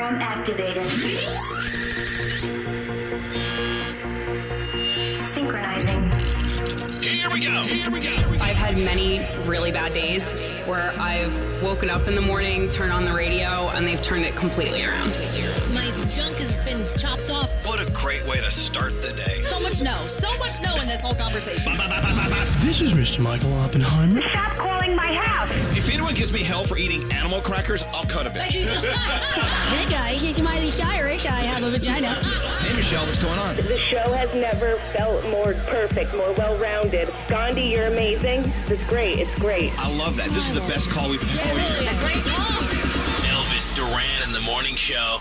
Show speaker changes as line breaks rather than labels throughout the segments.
activated. Synchronizing.
Here we go. Here we go.
I've had many really bad days where I've woken up in the morning, turned on the radio, and they've turned it completely around.
My junk has been chopped off.
What a great way to start the day.
So much no. So much no in this whole conversation.
This is Mr. Michael Oppenheimer.
Stop calling my house.
If anyone gives me hell for eating animal crackers, I'll cut a
But
bit.
you- hey guys, it's Miley Cyrus. I have a vagina.
Hey, Michelle, what's going on?
The show has never felt more perfect, more well rounded. Gandhi, you're amazing. This is great. It's great.
I love that. This is the best call we've
Yeah, really, a great call.
Elvis Duran in the morning show.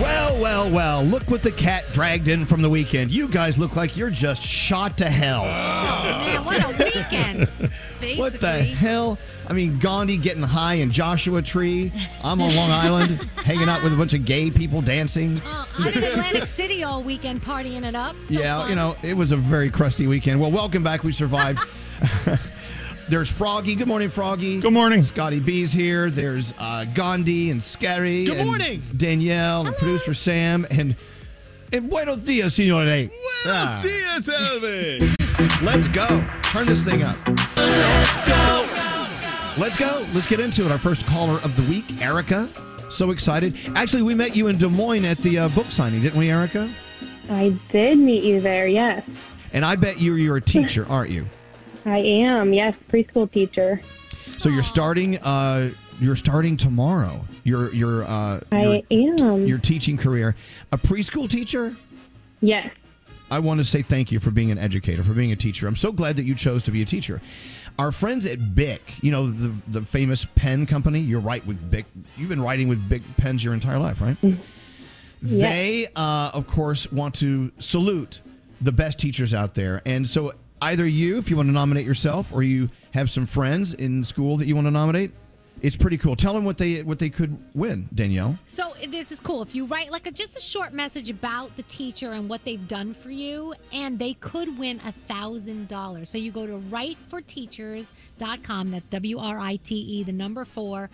Well, well, well, look what the cat dragged in from the weekend. You guys look like you're just shot to hell.
Man, what a weekend. Basically.
What the hell? I mean, Gandhi getting high in Joshua Tree. I'm on Long Island hanging out with a bunch of gay people dancing.
Uh, I'm in Atlantic City all weekend partying it up. So
Yeah,
fun.
you know, it was a very crusty weekend. Well, welcome back. We survived. There's Froggy. Good morning, Froggy.
Good morning.
Scotty B's here. There's uh, Gandhi and Scary.
Good
and
morning.
Danielle and producer Sam and and Buenos dias, Senor Buenos
Buenos dias, Elvis.
Let's go. Turn this thing up. Let's go. Let's get into it. Our first caller of the week, Erica. So excited. Actually, we met you in Des Moines at the uh, book signing, didn't we, Erica?
I did meet you there, yes.
And I bet you you're a teacher, aren't you?
I am, yes, preschool teacher.
So you're starting. Uh, you're starting tomorrow. Your your uh, your,
I am.
your teaching career. A preschool teacher.
yes.
I want to say thank you for being an educator, for being a teacher. I'm so glad that you chose to be a teacher. Our friends at Bic, you know the the famous pen company. You're right with Bic. You've been writing with Bic pens your entire life, right?
Mm-hmm.
They, uh, of course, want to salute the best teachers out there. And so, either you, if you want to nominate yourself, or you have some friends in school that you want to nominate, it's pretty cool. Tell them what they what they could win, Danielle.
So this is cool. If you write like a, just a short message about the teacher and what they've done for you, and they could win a thousand dollars. So you go to writeforteachers.com. That's W R I T E, the number four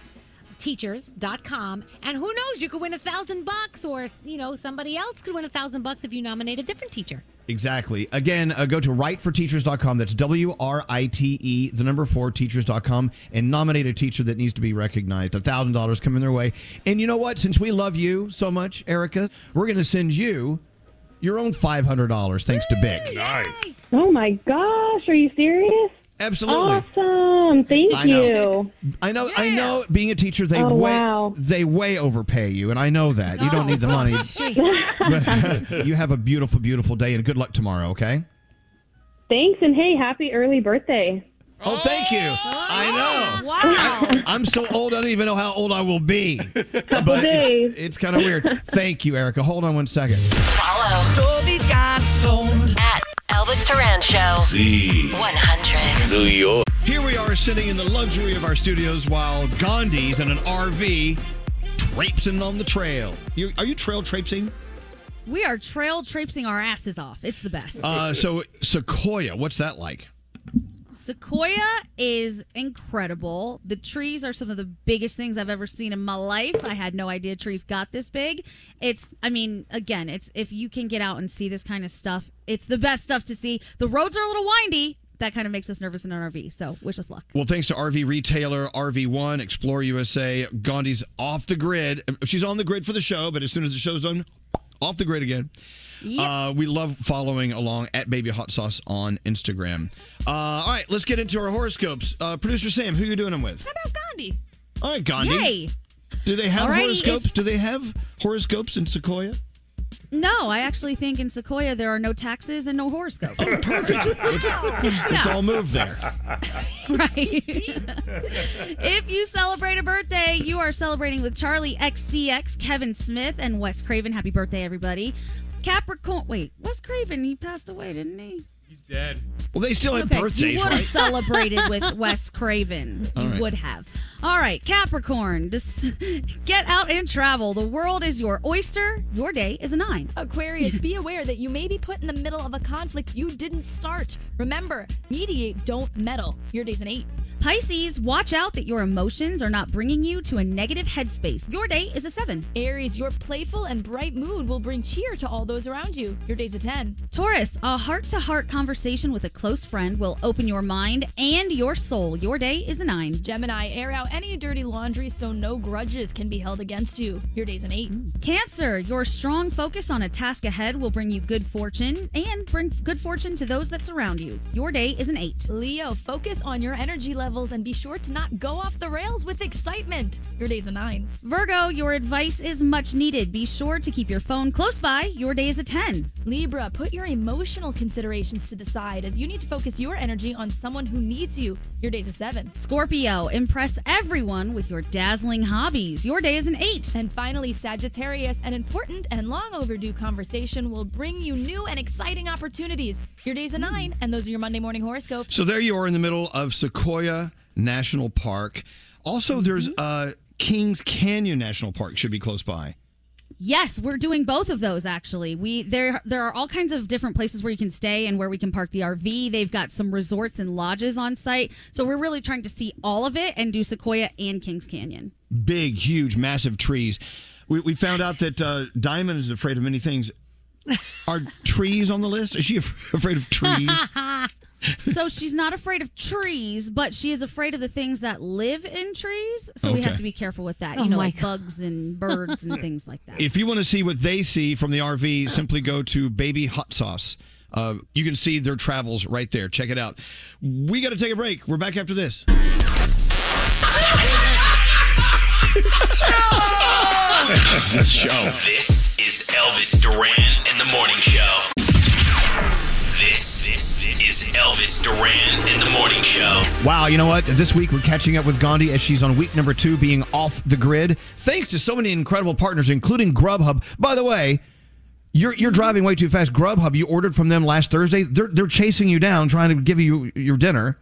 teachers.com and who knows you could win a thousand bucks or you know somebody else could win a thousand bucks if you nominate a different teacher
Exactly. Again, uh, go to writeforteachers.com. That's W R I T E, the number four, teachers.com, and nominate a teacher that needs to be recognized. $1,000 coming their way. And you know what? Since we love you so much, Erica, we're going to send you your own $500 thanks to Bic.
Nice.
Oh my gosh, are you serious?
Absolutely.
Awesome. Thank
I know.
you.
I know I know being a teacher they
Oh,
way
wow.
they way overpay you and I know that. You don't
Oh,
need the money.
Gee.
but you have a beautiful beautiful day and good luck tomorrow, okay?
Thanks, and hey, happy early birthday.
Oh, thank you. I know.
wow
I'm so old, I don't even know how old I will be. But
days.
it's, it's kind of weird. Thank you, Erica. Hold on one second.
Follow at Elvis Duran Show 100.
New York.
Here we are sitting in the luxury of our studios while Gandhi's in an RV traipsing on the trail. You, are you trail traipsing?
We are trail traipsing our asses off. It's the best.
Uh, so, Sequoia, what's that like?
Sequoia is incredible. The trees are some of the biggest things I've ever seen in my life. I had no idea trees got this big. It's I mean, again, it's if you can get out and see this kind of stuff, it's the best stuff to see. The roads are a little windy. That kind of makes us nervous in an RV. So, wish us luck.
Well, thanks to RV retailer RV1, Explore USA, Gandhi's off the grid. She's on the grid for the show, but as soon as the show's done, off the grid again. Uh, we love following along at Baby Hot Sauce on Instagram. Uh, all right, let's get into our horoscopes. Uh, Producer Sam, who you doing them with?
How about Gandhi?
All right, Gandhi.
Yay.
Do they have
All righty,
horoscopes?
if-
Do they have horoscopes in Sequoia?
No, I actually think in Sequoia there are no taxes and no horoscopes.
Perfect. it's, it's all moved there.
right? if you celebrate a birthday, you are celebrating with Charlie XCX, Kevin Smith, and Wes Craven. Happy birthday, everybody. Capricorn. Wait, Wes Craven, he passed away, didn't he?
He's dead.
Well, they still have
you
birthdays,
would have
right?
celebrated with Wes Craven.
All
you
right.
would have. All right, Capricorn, just get out and travel. The world is your oyster. Your day is a nine.
Aquarius, be aware that you may be put in the middle of a conflict you didn't start. Remember, mediate, don't meddle. Your day's an eight.
Pisces, watch out that your emotions are not bringing you to a negative headspace. Your day is a 7.
Aries, your playful and bright mood will bring cheer to all those around you. Your day's a 10.
Taurus, a heart to heart conversation with a close friend will open your mind and your soul. Your day is a 9.
Gemini, air out any dirty laundry so no grudges can be held against you. Your day's an 8.
Hmm.
Cancer, your strong focus on a task ahead will bring you good fortune and bring good fortune to those that surround you. Your day is an 8.
Leo, focus on your energy levels and be sure to not go off the rails with excitement. Your day's a 9.
Virgo, your advice is much needed. Be sure to keep your phone close by. Your day is a 10.
Libra, put your emotional considerations to the side as you need to focus your energy on someone who needs you. Your day's a 7.
Scorpio, impress everyone with your dazzling hobbies. Your day is an 8.
And finally, Sagittarius, an important and long overdue conversation will bring you new and exciting opportunities. Your day's a
Hmm.
9, and those are your Monday morning horoscopes.
So there you are in the middle of Sequoia National Park. Also, there's uh, Kings Canyon National Park should be close by.
Yes, we're doing both of those actually. We there there are all kinds of different places where you can stay and where we can park the RV. They've got some resorts and lodges on site. So we're really trying to see all of it and do Sequoia and Kings Canyon.
Big, huge, massive trees. We, we found out that uh, Diamond is afraid of many things. Are trees on the list? Is she af- afraid of trees?
so she's not afraid of trees, but she is afraid of the things that live in trees. So we
Okay.
have to be careful with that.
Oh
you know,
my
like bugs and birds and things like that.
If you want to see what they see from the RV, simply go to Baby Hot Sauce. Uh, you can see their travels right there. Check it out. We got to take a break. We're back after this.
this show. This is Elvis Duran in the morning show. This, this is Elvis Duran in the morning show.
Wow, you know what? This week we're catching up with Gandhi as she's on week number two, being off the grid. Thanks to so many incredible partners, including Grubhub. By the way, you're you're driving way too fast. Grubhub, you ordered from them last Thursday. They're they're chasing you down, trying to give you your dinner.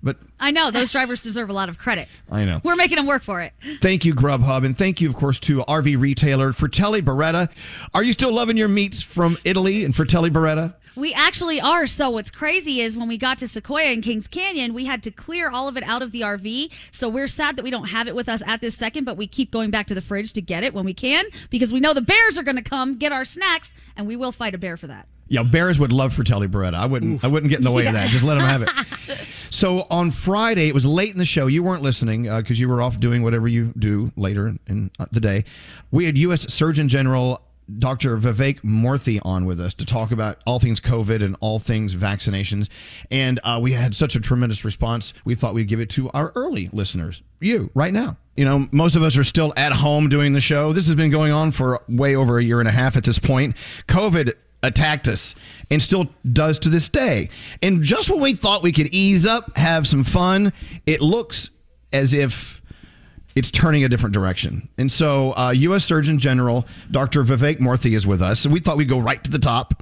But
I know those drivers deserve a lot of credit.
I know.
We're making them work for it.
Thank you, Grubhub, and thank you, of course, to RV retailer Fratelli Beretta. Are you still loving your meats from Italy and Fratelli Beretta?
We actually are. So what's crazy is when we got to Sequoia and Kings Canyon, we had to clear all of it out of the RV. So we're sad that we don't have it with us at this second, but we keep going back to the fridge to get it when we can because we know the bears are going to come get our snacks, and we will fight a bear for that.
Yeah, bears would love Fratelli Beretta. I wouldn't. I wouldn't get in the way of
Yeah.
that. Just let them have it. so on Friday, it was late in the show. You weren't listening because you were off doing whatever you do later in uh, the day. We had U.S. Surgeon General Dr. Vivek Murthy on with us to talk about all things COVID and all things vaccinations, and uh, we had such a tremendous response. We thought we'd give it to our early listeners, you, right now. You know, most of us are still at home doing the show. This has been going on for way over a year and a half at this point. COVID attacked us and still does to this day. And just when we thought we could ease up, have some fun, it looks as if it's turning a different direction. And so, uh, U.S. Surgeon General Dr. Vivek Murthy is with us. So we thought we'd go right to the top.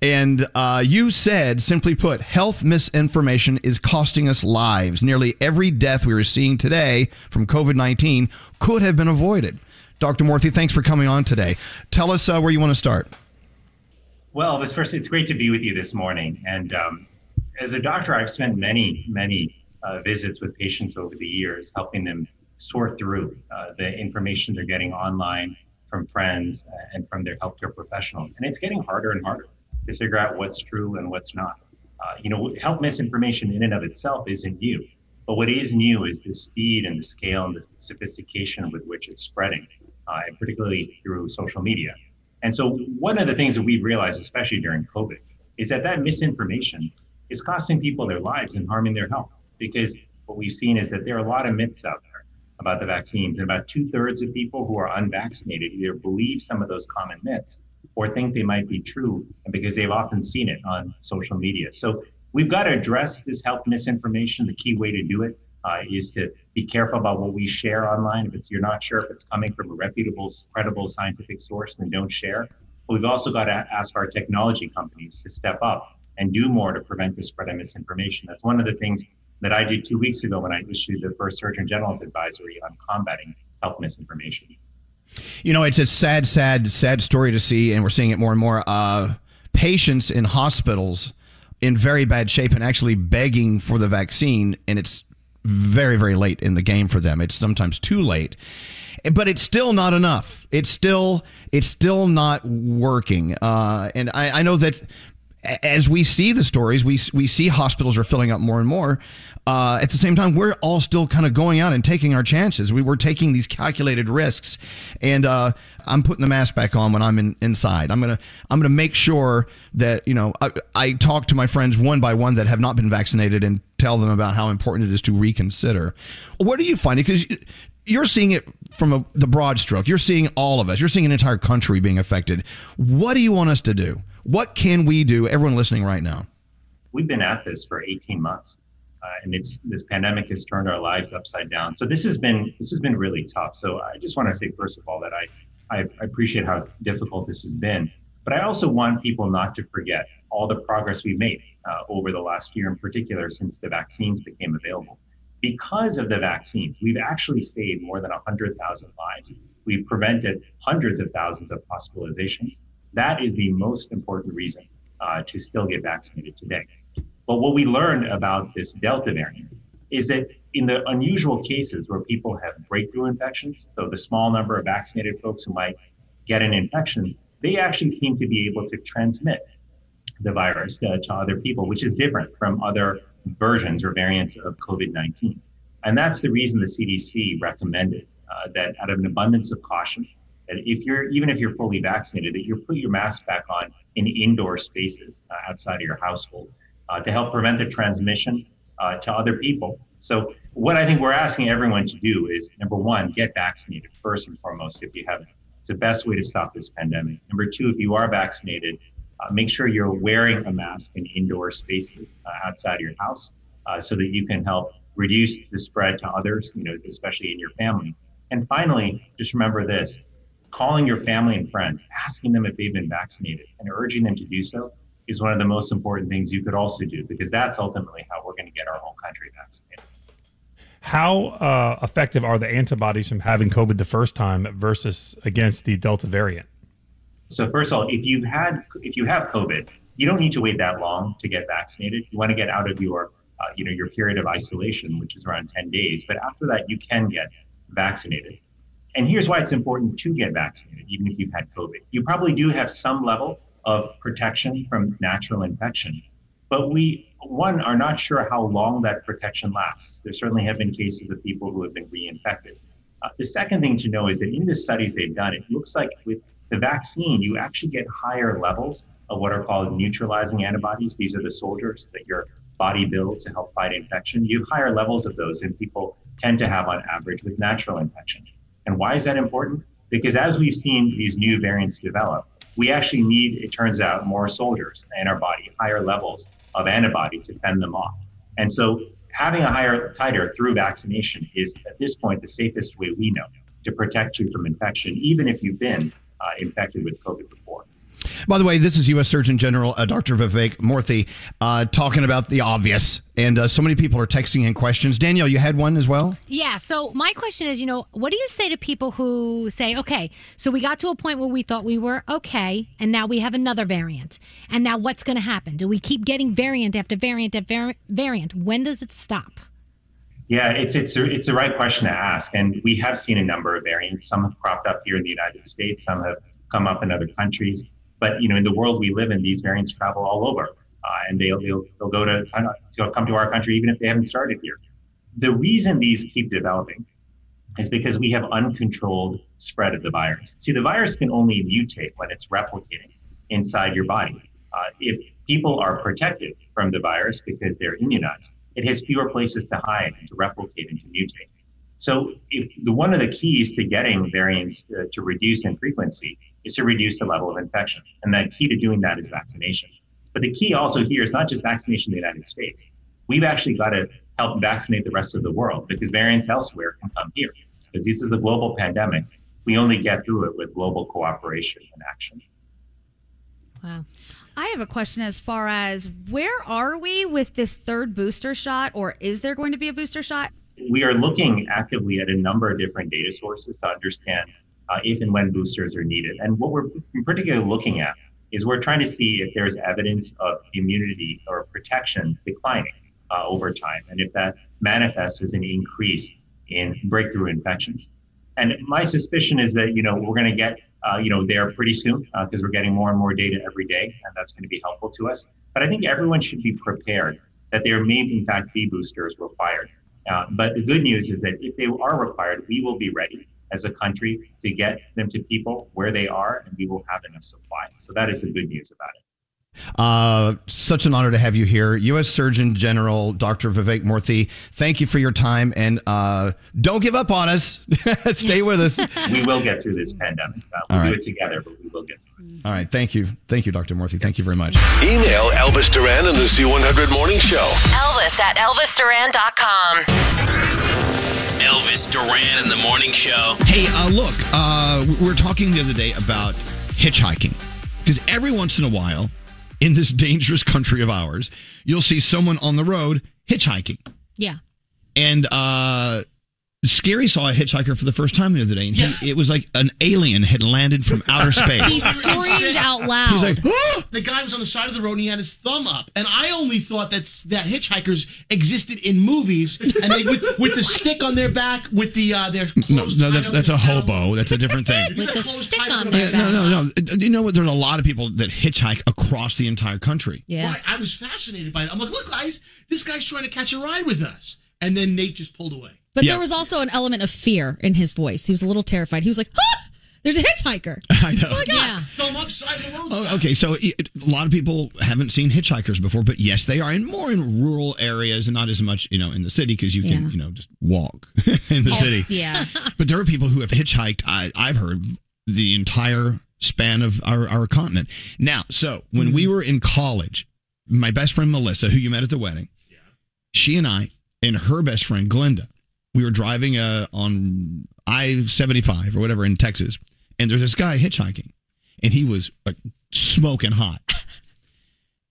And uh, you said, simply put, health misinformation is costing us lives. Nearly every death we are seeing today from COVID 19 could have been avoided. Dr. Murthy, thanks for coming on today. Tell us uh, where you want to start.
Well, Elvis, first, it's great to be with you this morning. And um, as a doctor, I've spent many, many uh, visits with patients over the years, helping them sort through uh, the information they're getting online from friends and from their healthcare professionals. And it's getting harder and harder to figure out what's true and what's not. Uh, you know, health misinformation in and of itself isn't new. But what is new is the speed and the scale and the sophistication with which it's spreading, uh, and particularly through social media. And so, one of the things that we realized, especially during COVID, is that that misinformation is costing people their lives and harming their health. Because what we've seen is that there are a lot of myths out there about the vaccines, and about two thirds of people who are unvaccinated either believe some of those common myths or think they might be true and because they've often seen it on social media. So we've got to address this health misinformation. The key way to do it uh, is to be careful about what we share online. If it's, you're not sure if it's coming from a reputable, credible scientific source, then don't share. But we've also got to ask our technology companies to step up and do more to prevent the spread of misinformation. That's one of the things that I did two weeks ago when I issued the first Surgeon General's advisory on combating health misinformation.
You know, it's a sad, sad, sad story to see, and we're seeing it more and more. Uh, patients in hospitals in very bad shape and actually begging for the vaccine, and it's very, very late in the game for them. It's sometimes too late, but it's still not enough. It's still it's still not working. Uh, and I, I know that a- as we see the stories, we we see hospitals are filling up more and more. Uh, at the same time, we're all still kind of going out and taking our chances. We were taking these calculated risks, and uh, I'm putting the mask back on when I'm in, inside. I'm gonna I'm gonna make sure that you know I, I talk to my friends one by one that have not been vaccinated and tell them about how important it is to reconsider. What do you find? Because you're seeing it from a, the broad stroke. You're seeing all of us. You're seeing an entire country being affected. What do you want us to do? What can we do? Everyone listening right now.
We've been at this for 18 months, uh, and it's this pandemic has turned our lives upside down. So this has been this has been really tough. So I just want to say first of all that I I appreciate how difficult this has been, but I also want people not to forget all the progress we've made uh, over the last year, in particular since the vaccines became available. Because of the vaccines, we've actually saved more than 100,000 lives. We've prevented hundreds of thousands of hospitalizations. That is the most important reason uh, to still get vaccinated today. But what we learned about this Delta variant is that in the unusual cases where people have breakthrough infections, so the small number of vaccinated folks who might get an infection, they actually seem to be able to transmit the virus uh, to other people, which is different from other versions or variants of COVID 19. And that's the reason the CDC recommended uh, that out of an abundance of caution, that if you're even if you're fully vaccinated, that you put your mask back on in indoor spaces uh, outside of your household uh, to help prevent the transmission uh, to other people. So what I think we're asking everyone to do is number one, get vaccinated first and foremost if you haven't. It's the best way to stop this pandemic. Number two, if you are vaccinated, uh, make sure you're wearing a mask in indoor spaces uh, outside of your house uh, so that you can help reduce the spread to others, you know, especially in your family. And finally, just remember this calling your family and friends, asking them if they've been vaccinated, and urging them to do so is one of the most important things you could also do because that's ultimately how we're going to get our whole country vaccinated.
How uh, effective are the antibodies from having COVID the first time versus against the Delta variant?
So first of all, if you had if you have COVID, you don't need to wait that long to get vaccinated. You want to get out of your uh, you know your period of isolation, which is around 10 days. But after that, you can get vaccinated. And here's why it's important to get vaccinated, even if you've had COVID. You probably do have some level of protection from natural infection, but we one are not sure how long that protection lasts. There certainly have been cases of people who have been reinfected. Uh, the second thing to know is that in the studies they've done, it looks like with the vaccine, you actually get higher levels of what are called neutralizing antibodies. These are the soldiers that your body builds to help fight infection. You have higher levels of those than people tend to have on average with natural infection. And why is that important? Because as we've seen these new variants develop, we actually need, it turns out, more soldiers in our body, higher levels of antibody to fend them off. And so having a higher titer through vaccination is, at this point, the safest way we know to protect you from infection, even if you've been uh, infected with COVID before.
By the way, this is U.S. Surgeon General uh, Dr. Vivek Murthy uh, talking about the obvious, and uh, so many people are texting in questions. Danielle, you had one as well.
Yeah. So my question is, you know, what do you say to people who say, okay, so we got to a point where we thought we were okay, and now we have another variant, and now what's going to happen? Do we keep getting variant after variant after var- variant? When does it stop?
Yeah, it's it's a, it's the right question to ask, and we have seen a number of variants. Some have cropped up here in the United States. Some have come up in other countries. But you know, in the world we live in, these variants travel all over, uh, and they'll, they'll they'll go to they'll come to our country even if they haven't started here. The reason these keep developing is because we have uncontrolled spread of the virus. See, the virus can only mutate when it's replicating inside your body. Uh, if people are protected from the virus because they're immunized, it has fewer places to hide and to replicate and to mutate. So, if the, one of the keys to getting variants uh, to reduce in frequency is to reduce the level of infection, and that key to doing that is vaccination. But the key also here is not just vaccination in the United States. We've actually got to help vaccinate the rest of the world because variants elsewhere can come here. Because this is a global pandemic, we only get through it with global cooperation and action.
Wow. I have a question as far as where are we with this third booster shot, or is there going to be a booster shot?
We are looking actively at a number of different data sources to understand uh, if and when boosters are needed. And what we're particularly looking at is we're trying to see if there's evidence of immunity or protection declining uh, over time, and if that manifests as an increase in breakthrough infections. And my suspicion is that you know we're going to get uh, you know there pretty soon because we're getting more and more data every day, and that's going to be helpful to us. But I think everyone should be prepared that there may in fact be boosters required. Uh, but the good news is that if they are required, we will be ready as a country to get them to people where they are, and we will have enough supply. So that is the good news about it.
Uh, such an honor to have you here, U.S. Surgeon General Dr. Vivek Murthy. Thank you for your time, and uh, don't give up on us. Stay with us.
We will get through this pandemic. Uh, we'll
All right.
do it together, but we will get through it.
All right, thank you, thank you, Dr. Murthy. Thank you very much.
Email Elvis Duran and the Z100 Morning Show.
Elvis at ElvisDuran.com.
Elvis Duran in the morning show.
Hey, uh, look, uh, we were talking the other day about hitchhiking because every once in a while, in this dangerous country of ours, you'll see someone on the road hitchhiking.
Yeah.
And uh, Scary saw a hitchhiker for the first time the other day, and he, it was like an alien had landed from outer space.
He screamed out loud.
He's like, "Ah!"
the guy was on the side of the road and he had his thumb up, and I only thought that that hitchhikers existed in movies, and they with, with the stick on their back, with the uh, their
No, no, that's that's a hobo. That's a different thing.
With the stick on
Yeah,
their back.
no, no, no. You know what? There's a lot of people that hitchhike across the entire country.
Yeah. I was fascinated by it. I'm like, look, guys, this guy's trying to catch a ride with us, and then Nate just pulled away.
But
Yeah.
there was also an element of fear in his voice. He was a little terrified. He was like, ah, there's a hitchhiker.
I know.
Oh my God.
Thumb up, side of the road.
Oh, okay, so i- it- a lot of people haven't seen hitchhikers before, but yes, they are, and more in rural areas, and not as much, you know, in the city because you can,
Yeah.
you know, just walk in the city.
Yeah.
But there are people who have hitchhiked. I, I've heard the entire span of our, our continent. Now, so when we were in college, my best friend Melissa, who you met at the wedding, she and I and her best friend Glenda, we were driving uh, on I seventy five or whatever in Texas, and there's this guy hitchhiking, and he was like smoking hot.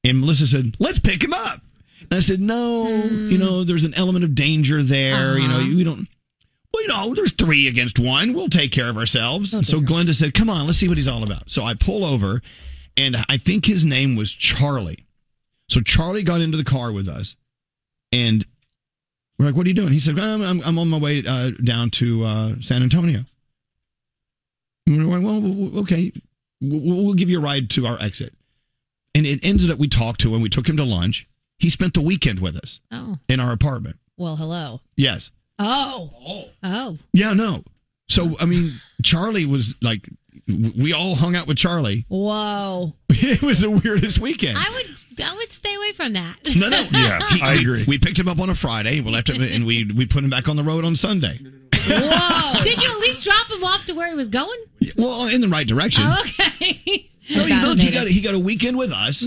And Melissa said, "Let's pick him up." And I said, "No, you know, there's an element of danger there. You know,
Uh-huh.
you we don't." Well, you know, there's three against one. We'll take care of ourselves. And so Glenda said, Come on, let's see what he's all about. So I pull over, and I think his name was Charlie. So Charlie got into the car with us, and we're like, What are you doing? He said, I'm, I'm, I'm on my way uh, down to uh, San Antonio. And we're like, Well, w- w- okay, we'll, we'll give you a ride to our exit. And it ended up, we talked to him, we took him to lunch. He spent the weekend with us
Oh.
in our apartment.
Well, hello.
Yes.
Oh. Oh. Oh.
Yeah, no. So I mean, Charlie was like, w- we all hung out with Charlie.
Whoa.
It was the weirdest weekend.
I would I would stay away from that.
no, no. He-
I
we-
agree.
We picked him up on a Friday. We left him, and we we put him back on the road on Sunday.
Whoa. Did you at least drop him off to where he was going?
Well, in the right direction.
Oh, okay.
No, he, look, he got he got a weekend with us.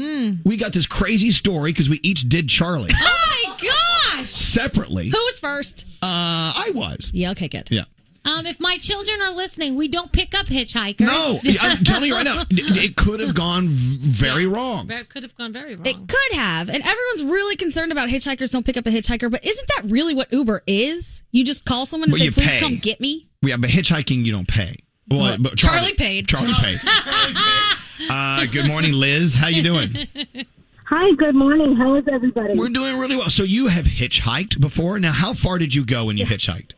We got this crazy story because we each did Charlie
Oh my gosh.
separately.
Who was first?
Uh, I was.
Yeah. Okay. Good.
Yeah.
Um, if my children are listening, we don't pick up hitchhikers.
No, I'm telling you right now, it it could have gone v- very wrong.
That could have gone very wrong.
It could have. And everyone's really concerned about hitchhikers don't pick up a hitchhiker, but isn't that really what Uber is? You just call someone and
But
say,
you
please
pay.
come get me?
Yeah, but hitchhiking you don't pay. Well, but Charlie,
Charlie paid.
Charlie paid. Uh, good morning, Liz. How you doing?
Hi, good morning. How is everybody?
We're doing really well. So you have hitchhiked before. Now, how far did you go when you hitchhiked?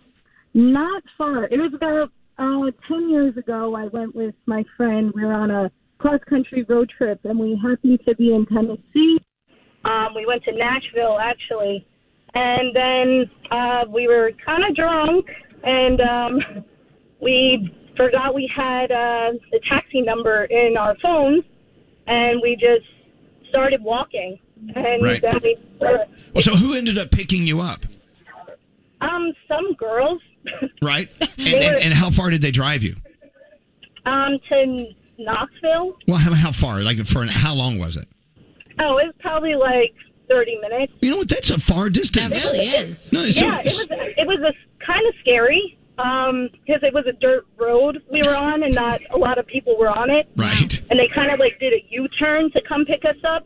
Not far. It was about uh, 10 years ago. I went with my friend. We were on a cross country road trip, and we happened to be in Tennessee. Um, we went to Nashville, actually. And then uh, we were kind of drunk, and um, we forgot we had uh, the taxi number in our phones, and we just started walking. And
Right.
then we were,
Well, so who ended up picking you up?
um, some girls
Right. And, and, and how far did they drive you?
Um, to Knoxville.
Well, how, how far? Like for an, how long was it?
Oh, it was probably like thirty minutes.
You know what? That's a far distance.
It is.
No, so-
yeah, it was. It was a kind of scary um, because it was a dirt road we were on, and not a lot of people were on it.
Right.
And they kind of like did a U turn to come pick us up.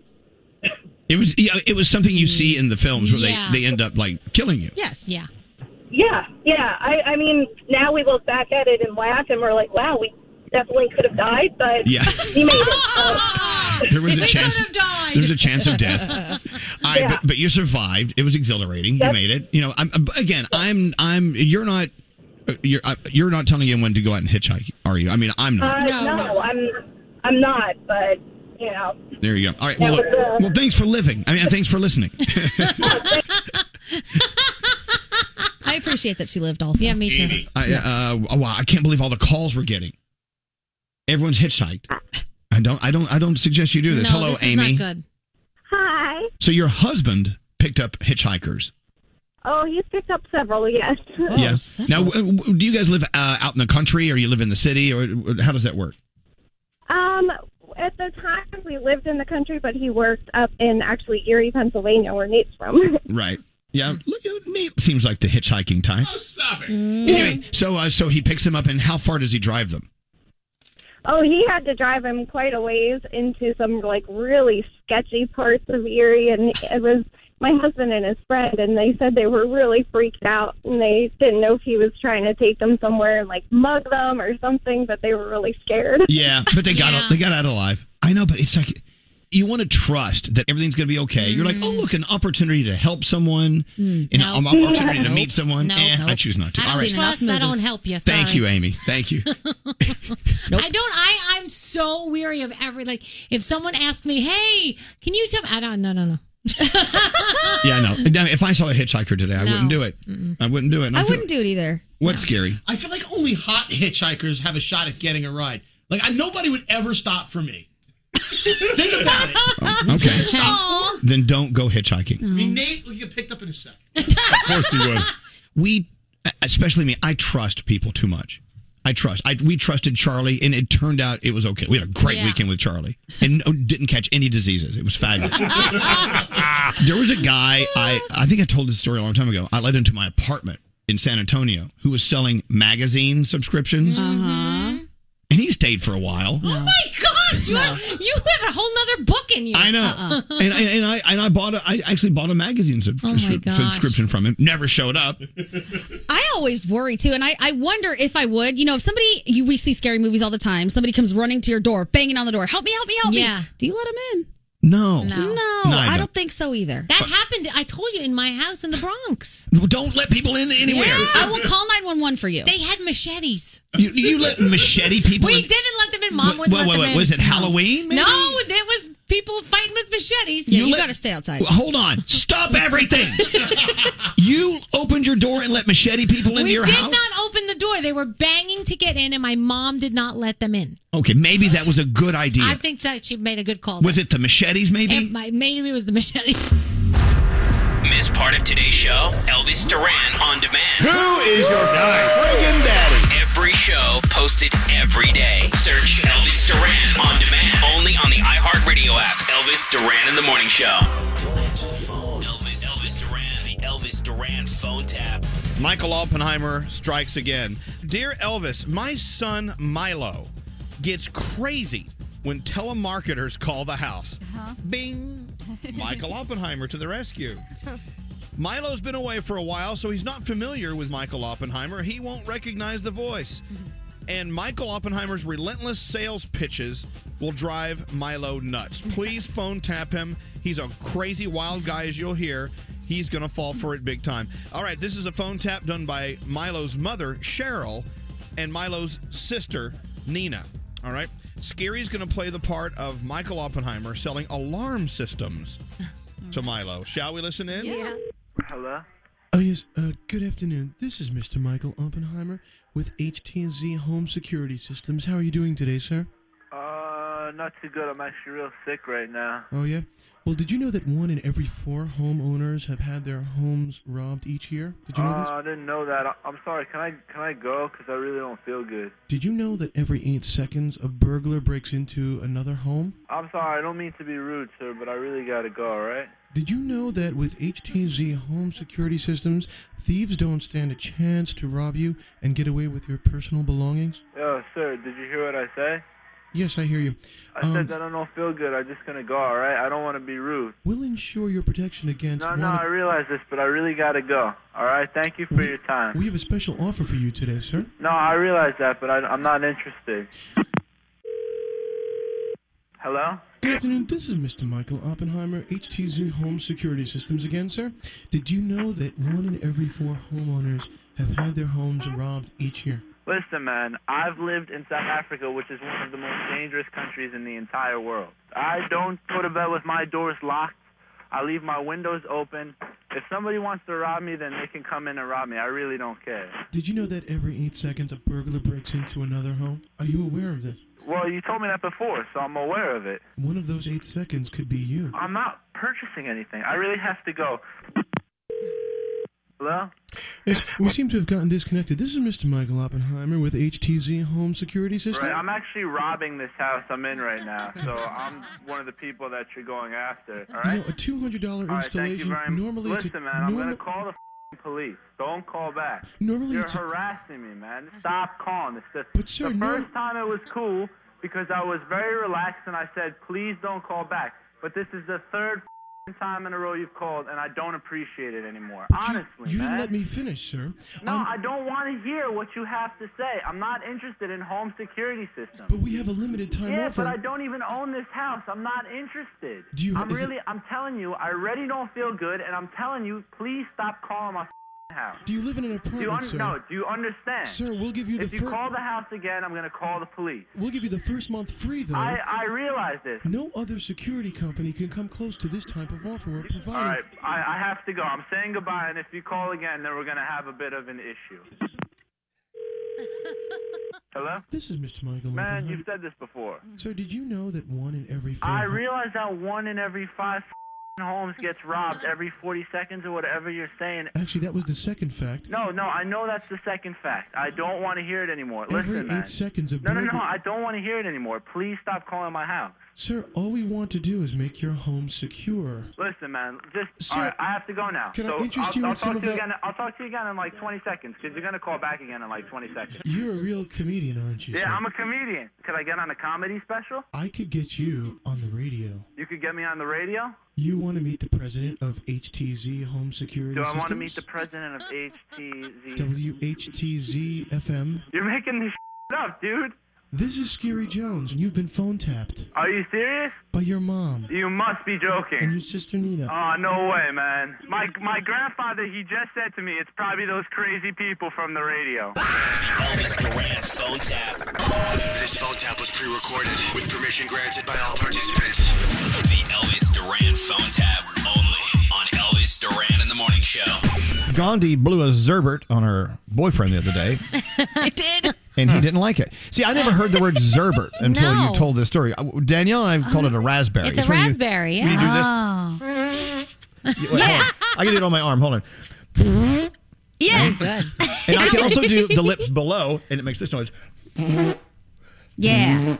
It was. Yeah, it was something you see in the films where
Yeah.
they, they end up like killing you.
Yes. Yeah.
Yeah, yeah. I, I mean, now we look back at it and laugh, and we're like, wow, we definitely could have died, but
Yeah.
we made it. So,
There was a
We
chance.
could have died.
There was a chance of death. All right,
Yeah.
but, but you survived. It was exhilarating. You made it. You know, I'm, I'm- again, I'm, I'm. You're not. You're, uh, you're not telling anyone to go out and hitchhike, are you? I mean, I'm not.
Uh, no, I'm I'm not, but you know.
There you go. All right. Well,
That was,
look- well, thanks for living. I mean, thanks for listening.
I appreciate that she lived also. Yeah,
me too.
I, uh, oh, wow, I can't believe all the calls we're getting. Everyone's hitchhiked. I don't. I don't. I don't suggest you do this.
No,
Hello,
this is
Amy.
Not good.
Hi.
So your husband picked up hitchhikers.
Oh, he's picked up several. Oh. Yes.
Oh,
yes. Now, w- w- do you guys live uh, out in the country, or you live in the city, or uh, how does that work?
Um, at the time we lived in the country, but he worked up in actually Erie, Pennsylvania, where Nate's from.
Right. Yeah. Look at me. Seems like the hitchhiking time.
Oh, Stop it.
Anyway, so uh, so he picks them up, and how far does he drive them?
Oh, he had to drive him quite a ways into some like really sketchy parts of Erie, and it was my husband and his friend, and they said they were really freaked out, and they didn't know if he was trying to take them somewhere and like mug them or something, but they were really scared.
Yeah, but they got they got out alive. I know, but it's like you want to trust that everything's going to be okay. You're like, oh, look, an opportunity to help someone, an
no.
op- opportunity to
Nope.
meet someone.
Nope,
Eh, I
nope.
choose not to.
I've
All right,
seen enough Trust, that movies. don't help you.
Thank
Sorry.
you, Amy. Thank you.
I don't. I I'm so weary of every like. If someone asked me, "Hey, can you tell me?" I don't. No, no, no.
yeah, I know. Now, If I saw a hitchhiker today, I
No.
wouldn't do it. I wouldn't do it. And
I
feel-
wouldn't do it either.
What's scary?
I feel like only hot hitchhikers have a shot at getting a ride. Like I, nobody would ever stop for me. Think about it.
Okay.
Stop for?
Then don't go hitchhiking.
I mean, Nate will get picked up in a second.
Of course you would. We, especially me, I trust people too much. I trust. I, we trusted Charlie, and it turned out it was okay. We had a great
Yeah.
weekend with Charlie, and no, didn't catch any diseases. It was fabulous. there was a guy. I I think I told this story a long time ago. I let into my apartment in San Antonio who was selling magazine subscriptions,
Mm-hmm.
and he stayed for a while.
Oh my gosh, you have you have a whole nother book in you. Uh-uh.
I know, and, and and I and I bought a, I actually bought a magazine sub-
Uh-uh. Oh my
sub-
gosh.
subscription from him. Never showed up.
I always worry too, and I, I wonder if I would. You know, if somebody you we see scary movies all the time. Somebody comes running to your door, banging on the door, help me, help me, help
Yeah.
me. Do you let them in?
No,
no, I, don't. think so either.
That happened. I told you in my house in the Bronx.
Don't let people in anywhere.
I will call nine one one for you.
They had machetes.
You, you let machete people.
We
in-
didn't let them in. Mom
Wh-
wouldn't
wait,
let
wait,
them
wait,
in.
was it Halloween, maybe?
No, it was people fighting with machetes.
let- Well, Hold on. Stop everything. you opened your door and let machete people into
we
your
did
house.
not open the door. They were banging to get in, and my mom did not let them in.
okay, maybe that was a good idea.
I think that she made a good call.
was it the machetes, maybe?
And my, maybe it was the machete.
Miss part of today's show? Elvis Duran on demand.
Who is your guy?
Friggin' daddy. Every show posted every day. Search Elvis Duran on demand. Only on the iHeartRadio app. Elvis Duran in the Morning Show. Elvis, Elvis Duran, the Elvis Duran phone tap.
Michael Oppenheimer strikes again. Dear Elvis, my son Milo gets crazy when telemarketers call the house.
Uh-huh.
Bing! Michael Oppenheimer to the rescue. Milo's been away for a while, so he's not familiar with Michael Oppenheimer. He won't recognize the voice. And Michael Oppenheimer's relentless sales pitches will drive Milo nuts. Please phone tap him. He's a crazy, wild guy, as you'll hear. He's going to fall for it big time. All right, this is a phone tap done by Milo's mother, Cheryl, and Milo's sister, Nina. All right, Scary's going to play the part of Michael Oppenheimer selling alarm systems to Milo. Shall we listen in?
Yeah.
Hello?
Oh, yes. Uh, good afternoon. This is Mr. Michael Oppenheimer with HTZ Home Security Systems. How are you doing today, sir?
Uh, not too good. I'm actually real sick right now.
Oh, yeah? Well, did you know that one in every four homeowners have had their homes robbed each year? Did you know
uh,
this?
I didn't know that. I- I'm sorry. Can I can I go? Cause I really don't feel good.
Did you know that every eight seconds a burglar breaks into another home?
I'm sorry. I don't mean to be rude, sir, but I really gotta go. All right.
Did you know that with HTZ Home Security Systems, thieves don't stand a chance to rob you and get away with your personal belongings?
Yo, sir, did you hear what I say?
Yes, I hear you.
I
Um,
said that I don't feel good. I'm just gonna go. All right. I don't want to be rude.
We'll ensure your protection against.
No,
one
no,
of-
I realize this, but I really gotta go. All right. Thank you for your time.
We have a special offer for you today, sir.
No, I realize that, but I, I'm not interested. Hello?
Good afternoon. This is Mr. Michael Oppenheimer, HTZ Home Security Systems again, sir. Did you know that one in every four homeowners have had their homes robbed each year?
Listen, man, I've lived in South Africa, which is one of the most dangerous countries in the entire world. I don't go to bed with my doors locked. I leave my windows open. If somebody wants to rob me, then they can come in and rob me. I really don't care.
Did you know that every eight seconds a burglar breaks into another home? Are you aware of this?
Well, you told me that before, so I'm aware of it.
One of those eight seconds could be you.
I'm not purchasing anything. I really have to go. Hello?
Yes, we seem to have gotten disconnected. This is Mr. Michael Oppenheimer with HTZ Home Security System.
Right, I'm actually robbing this house I'm in right now, so I'm one of the people that you're going after. All
You
right.
know, a two hundred dollar
All right, thank you
installation
very much.
normally it's a-
Listen, man, I'm gonna
normal-
call the f***ing police. Don't call back.
Normally
you're
it's a-
harassing me, man. Stop calling. It's the,
But, sir,
the
norm-
first time it was cool because I was very relaxed and I said, please don't call back. But this is the third f***ing time in a row you've called, and I don't appreciate it anymore.
But you-
Honestly,
you
man.
didn't let me finish, sir.
No, I don't want to hear what you have to say. I'm not interested in home security systems.
But we have a limited time
yeah,
offer.
but I don't even own this house. I'm not interested.
Do you-
I'm
is it-
really. I'm telling you, I already don't feel good, and I'm telling you, please stop calling my f***ing house.
Do you live in an
Do
apartment,
you un-
sir?
No. Do you understand?
Sir, we'll give you the
If you
fir-
call the house again, I'm gonna call the police.
We'll give you the first month free, though.
I I realize this.
No other security company can come close to this type of offer we're providing.
All right, I, I have to go. I'm saying goodbye, and if you call again, then we're gonna have a bit of an issue. Hello?
This is Mr. Michael
Man,
Oppenheimer.
you've said this before.
Sir, did you know that one in every four
I
ho-
realize that one in every five f***ing homes gets robbed every 40 seconds or whatever you're saying.
Actually, that was the second fact.
No, no, I know that's the second fact. I don't want to hear it anymore.
Every
Listen,
eight
man.
seconds, a
No, no,
burglar-
no, I don't want to hear it anymore. Please stop calling my house.
Sir, all we want to do is make your home secure.
Listen, man. Just
Sir,
all right, I have to go now.
can I
so
interest
I'll,
you in
I'll
some
talk
of
to you
our-
again. I'll talk to you again in like 20 seconds because you're gonna call back again in like 20 seconds.
You're a real comedian, aren't you? sir?
Yeah, I'm a comedian. Could I get on a comedy special?
I could get you on the radio.
You could get me on the radio.
You want to meet the president of HTZ Home Security
Do I
Systems?
want to meet the president of HTZ?
WHTZ FM.
You're making this up, dude.
This is Scary Jones, and you've been phone tapped
Are you serious?
by your mom
You must be
and
joking.
your sister Nina.
Oh, no way, man. My my grandfather, he just said to me, it's probably those crazy people from the radio.
Elvis Duran phone tap.
This phone tap was pre recorded with permission granted by all participants.
The Elvis Duran phone tap only on Elvis Duran in the Morning Show.
Gandhi blew a zerbert on her boyfriend the other day,
I did.
and he didn't like it. See, I never heard the word zerbert until
No. Oh,
you told this story. Uh, Danielle and I called it a raspberry.
It's a
when you-
raspberry.
when you do this-
yeah.
you- wait, hold on. I can do it on my arm. Hold on.
Yeah.
And I can also do the lips below, and it makes this noise.
Yeah.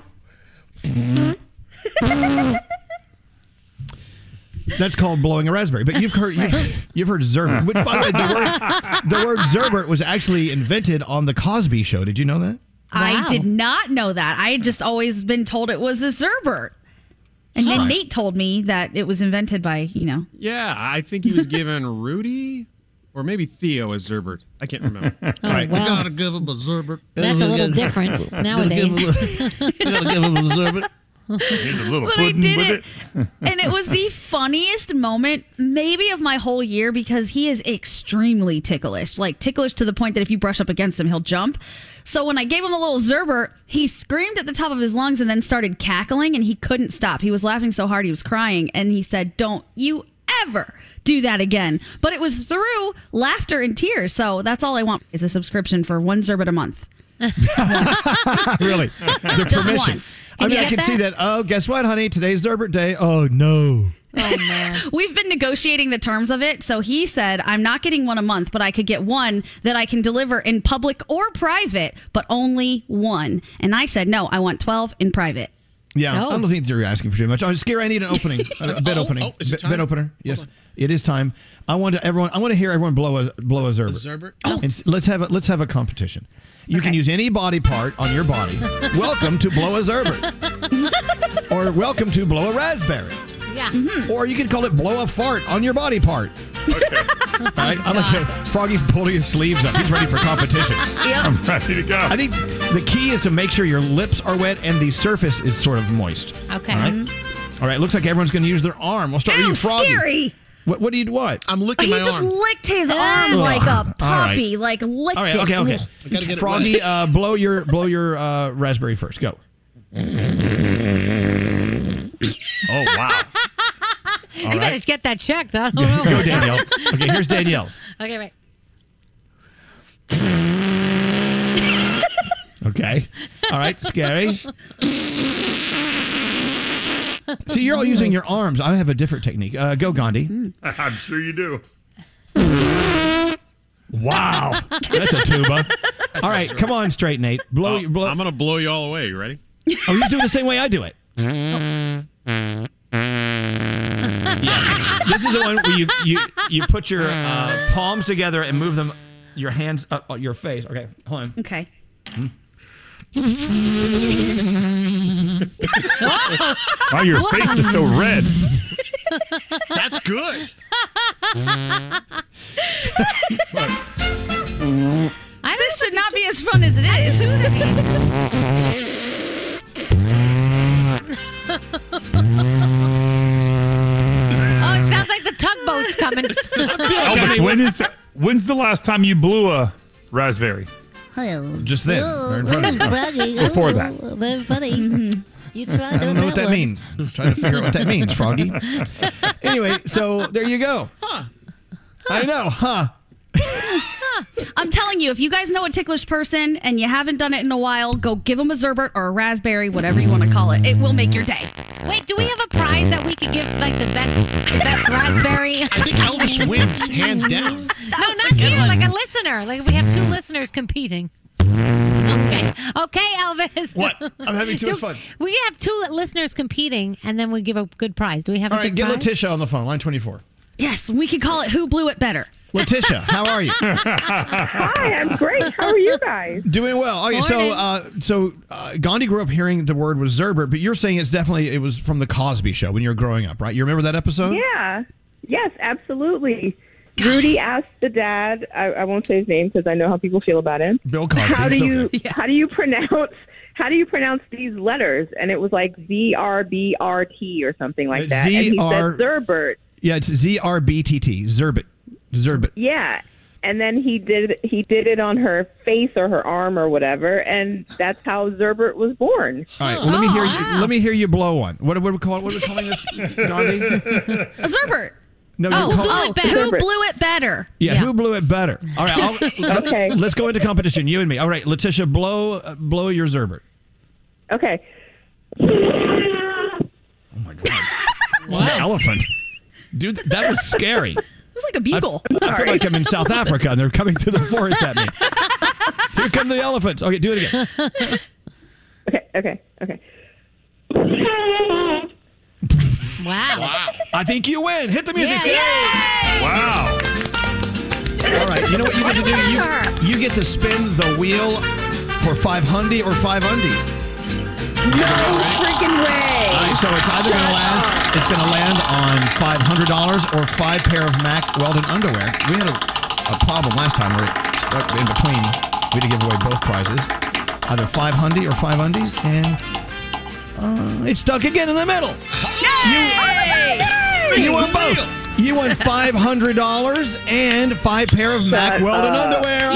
That's called blowing a raspberry. But you've heard you've heard, you've heard zerbert. Which, by the way, the word the word zerbert was actually invented on the Cosby Show. Did you know that?
I did not know that. I had just always been told it was a Zerbert. And
Huh.
then Nate told me that it was invented by, you know.
Yeah, I think he was given Rudy or maybe Theo as Zerbert. I can't remember.
Oh, wow.
gotta give him a Zerbert.
That's a little different nowadays.
Here's a little
But I pudding did with it. And it was the funniest moment, maybe of my whole year, because he is extremely ticklish. Like, ticklish to the point that if you brush up against him, he'll jump. So when I gave him the little Zerbert, he screamed at the top of his lungs and then started cackling, and he couldn't stop. He was laughing so hard, he was crying. And he said, Don't you ever do that again. But it was through laughter and tears. So that's all I want is a subscription for one Zerbert a month.
really? The
Just
permission.
one.
I
Can
mean,
you get
I can
that?
see that. Oh, guess what, honey? Today's Zerbert Day. Oh no.
Oh,
We've been negotiating the terms of it. So he said, I'm not getting one a month, but I could get one that I can deliver in public or private, but only one. And I said, no, I want 12 in private.
Yeah,
Oh.
I don't think you're asking for too much. Oh, Scary, I need an opening, a bed opening,
oh, is it
Be- bed
time?
opener. Yes, it is time. I want to everyone. I want to hear everyone blow a blow a zerbert.
zerbert?
Oh.
And s- let's have a let's have a competition. You can use any body part on your body. welcome to blow a zerbert, or welcome to blow a raspberry, Mm-hmm.
Yeah.
or you can call it blow a fart on your body part. Okay. All right, I like how Froggy pulling his sleeves up. He's ready for competition. I'm ready to go. I think the key is to make sure your lips are wet and the surface is sort of moist.
Okay.
All right. All right, looks like everyone's going to use their arm. We'll start with you,
Mm-hmm. Ow,
Froggy.
scary.
What, what do you what? I'm
He just licked his arm
Ah. Ugh.
like
All
a
right.
puppy, like licked
All right,
it.
okay, okay.
Ugh.
Froggy, uh, blow your blow your uh, raspberry first. Go. oh wow!
you
All
better
right.
get that checked. I don't know.
Go Danielle. Okay, here's Danielle's.
Okay, wait.
Okay. All right, scary. See, you're all using your arms. I have a different technique. Uh, go, Gandhi.
I'm sure you do.
Wow, that's a tuba. All right, come on, straight Nate. Blow, blow. I'm
Oh, gonna blow you all away. You ready?
Oh, you do it the same way I do it.
yeah.
This is the one where you you, you put your uh, palms together and move them, your hands up on your face. Okay, hold on.
Okay.
Wow, your face is so red.
That's good.
this should not be as fun as it is.
Oh, it sounds like the tugboat's coming.
Elvis, when is the, when's the last time you blew a raspberry?
Hello.
Just then, right in front of you.
Froggy.
Before
Oh,
that.
Very funny. You tried
I don't
doing
know what that
one.
means. I'm trying to figure out what that means, Froggy. Anyway, so there you go. I know, huh?
I'm telling you, if you guys know a ticklish person and you haven't done it in a while, go give them a zerbert or a raspberry, whatever you want to call it. It will make your day.
Wait, do we have a prize that we could give like the best, the best raspberry?
I think Elvis wins, hands down.
no, not here. Like a listener. Like we have two listeners competing. Okay, okay, Elvis.
What? I'm having too
Do-
much fun.
We have two listeners competing, and then we give a good prize. Do we have
All
a
right,
good
get
prize?
Letitia on the phone, line 24.
Yes, we could call it Who Blew It Better.
Letitia, how are you?
Hi,
I'm great. How are you guys?
Doing well. Okay, so
Morning.
uh, so uh, Gandhi grew up hearing the word was Zerbert, but you're saying it's definitely it was from the Cosby Show when you were growing up, right? You remember that episode?
Yeah. Yes, absolutely. Rudy asked the dad. I, I won't say his name because I know how people feel about him.
Bill
Cosby,
How do
it's
you
okay.
how do you pronounce how do you pronounce these letters? And it was like Z R B R T or something like that. and he
ZR
said Zerbert.
Yeah, it's Z R B T T Zerbit, Zerbit.
Yeah. And then he did he did it on her face or her arm or whatever, and that's how Zerbert was born.
All right, well, let me
Oh,
hear you, let me hear you blow one. What what do we call it? What are we calling this? Gandhi?
A zerbert.
No,
oh,
you're
who
call-
blew, it better? who blew it better?
Yeah, who blew it better? All right, I'll,
Okay.
Let's go into competition, you and me. All right, Letitia, blow uh, blow your Zerbert.
Okay.
It's an elephant. Dude, that was scary.
It was like a
I-
beagle.
I, feel like I'm in South Africa and they're coming through the forest at me. Here come the elephants. Okay, do it again.
Okay, okay, okay.
Wow.
I think you win. Hit the music.
Yeah.
Wow.
All right, you know what you get to do? You, you get to spin the wheel for five hundy or five undies.
No freaking way.
All right, so it's either going to last, it's going to land on five hundred dollars or five pair of Mac Weldon underwear. We had a, a problem last time where it stuck in between. We had to give away both prizes, either five hundy or five undies, and uh, it stuck again in the middle.
Makes
You
the
won both. You won five hundred dollars and five pair of Mac Weldon
up.
underwear.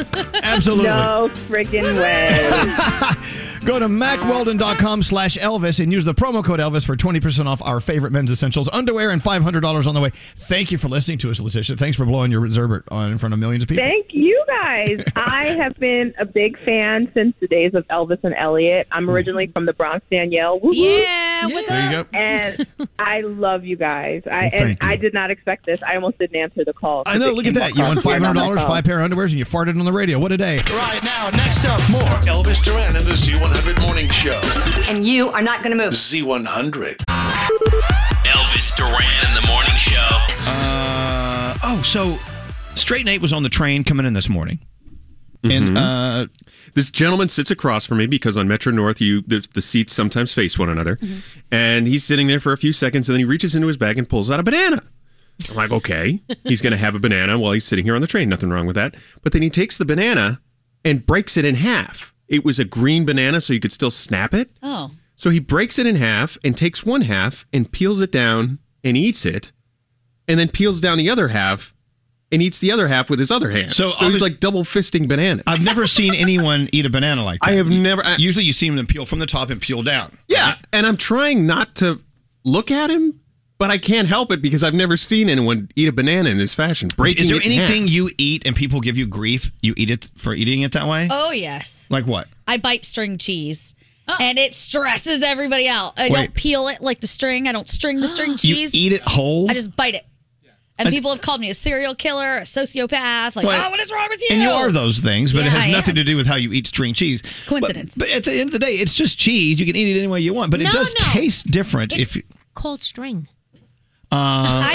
Absolutely.
No freaking way.
Go to macweldon.com slash Elvis and use the promo code Elvis for 20% off our favorite men's essentials, underwear, and $500 on the way. Thank you for listening to us, Letitia. Thanks for blowing your Zerbert on in front of millions of people.
Thank you guys. I have been a big fan since the days of Elvis and Elliot. I'm originally from the Bronx, Danielle. Woo-hoo.
Yeah,
Mm-hmm. There you up? go.
And I love you guys. I
Well,
and
thank you.
I did not expect this. I almost didn't answer the call.
I know, look at that. You won $500, five pair of underwears, and you farted on the radio. What a day.
Right now, next up, more Elvis Duran and the Z100 Morning Show.
And you are not going to move.
Z100.
Elvis Duran in the morning show.
Uh, oh, so Straight Nate was on the train coming in this morning. And uh,
this gentleman sits across from me because on Metro North, you the, the seats sometimes face one another, and he's sitting there for a few seconds, and then he reaches into his bag and pulls out a banana. I'm like, okay, he's going to have a banana while he's sitting here on the train. Nothing wrong with that. But then he takes the banana and breaks it in half. It was a green banana, so you could still snap it.
Oh.
So he breaks it in half and takes one half and peels it down and eats it, and then peels down the other half and eats the other half with his other hand.
So
So, he's
obvi-
like double fisting bananas.
I've never seen anyone eat a banana like that. I have never. Usually, you see them peel from the top and peel down.
Yeah, and I'm trying not to look at him, but I can't help it because I've never seen anyone eat a banana in this fashion. Breaking
Is there
it in half.
anything you eat and people give you grief? You eat it for eating it that way?
Oh yes.
Like what?
I bite string cheese. And it stresses everybody out. I
Wait.
don't peel it like the string. I don't string the string cheese.
You eat it whole?
I just bite it. And
That's-
people have called me a serial killer, a sociopath. Like,
Well,
oh, what is wrong with you?
And you are those things, but it
Yeah,
has
I
nothing to do with how you eat string cheese.
Coincidence.
But, but at the end of the day, it's just cheese. You can eat it any way you want, but
No,
it does
no.
taste different
It's
if you.
cold string.
Uh,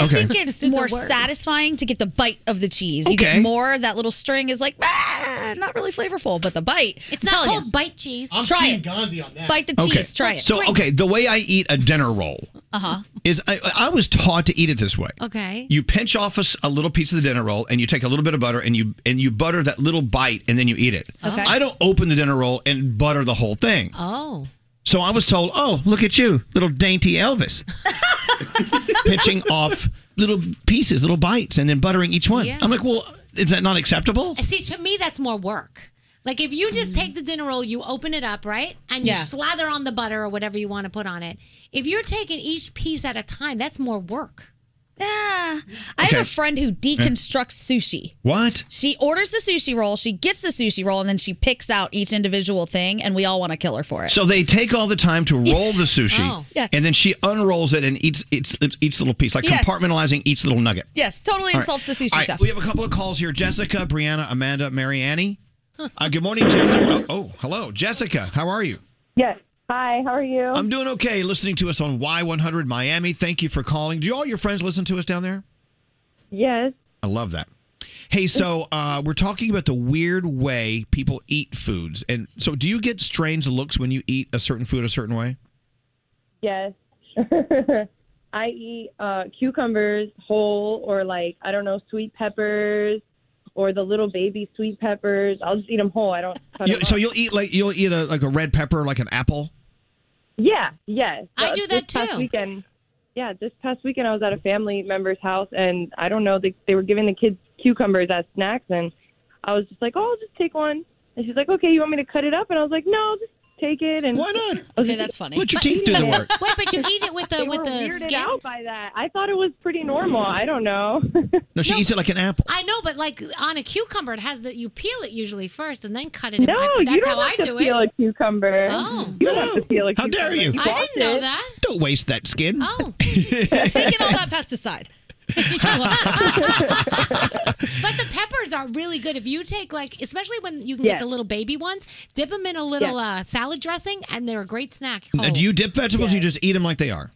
I
okay.
think it's
It's a
more
word.
satisfying to get the bite of the cheese. You
Okay.
get more. That little string is like, ah, not really flavorful, but the bite. It's not called
bite cheese.
I'm Try it.
Gandhi on that.
Bite the cheese.
Okay.
Try it.
So, okay, the way I eat a dinner roll
Uh huh.
is I, I was taught to eat it this way.
Okay.
You pinch off a, s- a little piece of the dinner roll, and you take a little bit of butter, and you and you butter that little bite, and then you eat it.
Okay.
I don't open the dinner roll and butter the whole thing.
Oh.
So I was told, "Oh, look at you, little dainty Elvis, pinching off little pieces, little bites, and then buttering each one."
Yeah.
I'm like, "Well, is that not acceptable?"
See, to me, that's more work. Like if you
Mm-hmm.
just take the dinner roll, you open it up, right, and you
Yeah.
slather on the butter or whatever you want to put on it. If you're taking each piece at a time, that's more work.
Ah, I
Okay.
have a friend who deconstructs sushi.
What?
She orders the sushi roll, she gets the sushi roll, and then she picks out each individual thing, and we all want to kill her for it.
So they take all the time to roll the sushi,
Oh. Yes.
and then she unrolls it and eats each, each little piece, like
Yes.
compartmentalizing each little nugget.
yes, totally
All right.
insults the sushi
All right,
chef.
We have a couple of calls here: Jessica, Brianna, Amanda, Mary Annie. Uh, good morning, Jessica. Oh, oh, hello, Jessica. How are you?
Yes. Hi, how are you?
I'm doing okay. Listening to us on Y100 Miami. Thank you for calling. Do all your friends listen to us down there?
Yes.
I love that. Hey, so uh, we're talking about the weird way people eat foods, and so do you get strange looks when you eat a certain food a certain way?
Yes. I eat uh, cucumbers whole or like, I don't know, sweet peppers or the little baby sweet peppers. I'll just eat them whole. I don't. cut 'em
You, so
up.
you'll eat like you'll eat a like a red pepper, like an apple.
Yeah, yes. Uh,
I do that
this past
too.
Weekend, yeah, this past weekend I was at a family member's house, and I don't know, they, they were giving the kids cucumbers as snacks, and I was just like, oh, I'll just take one. And she's like, okay, you want me to cut it up? And I was like, no, just take it. And
why not?
Okay, that's funny.
Let your teeth do the work.
Wait, but you eat it with the with the
weirded
skin.
out by that. I thought it was pretty normal. I don't know.
No, she eats it like an apple.
I know, but like on a cucumber, it has that you peel it usually first and then cut it. in
No,
I- that's
you don't
how
have
I
to
do
peel
it.
a cucumber.
Oh.
You don't have to peel a
How
cucumber.
dare you?
You
I
wash
didn't know
it.
that.
Don't waste that skin.
Oh,
Taking all that pesticide.
but the peppers are really good. If you take like, especially when you can get
Yes.
the little baby ones, dip them in a little
Yes.
uh, salad dressing, and they're a great snack.
Now, Do you dip vegetables? Or you just eat them like they are.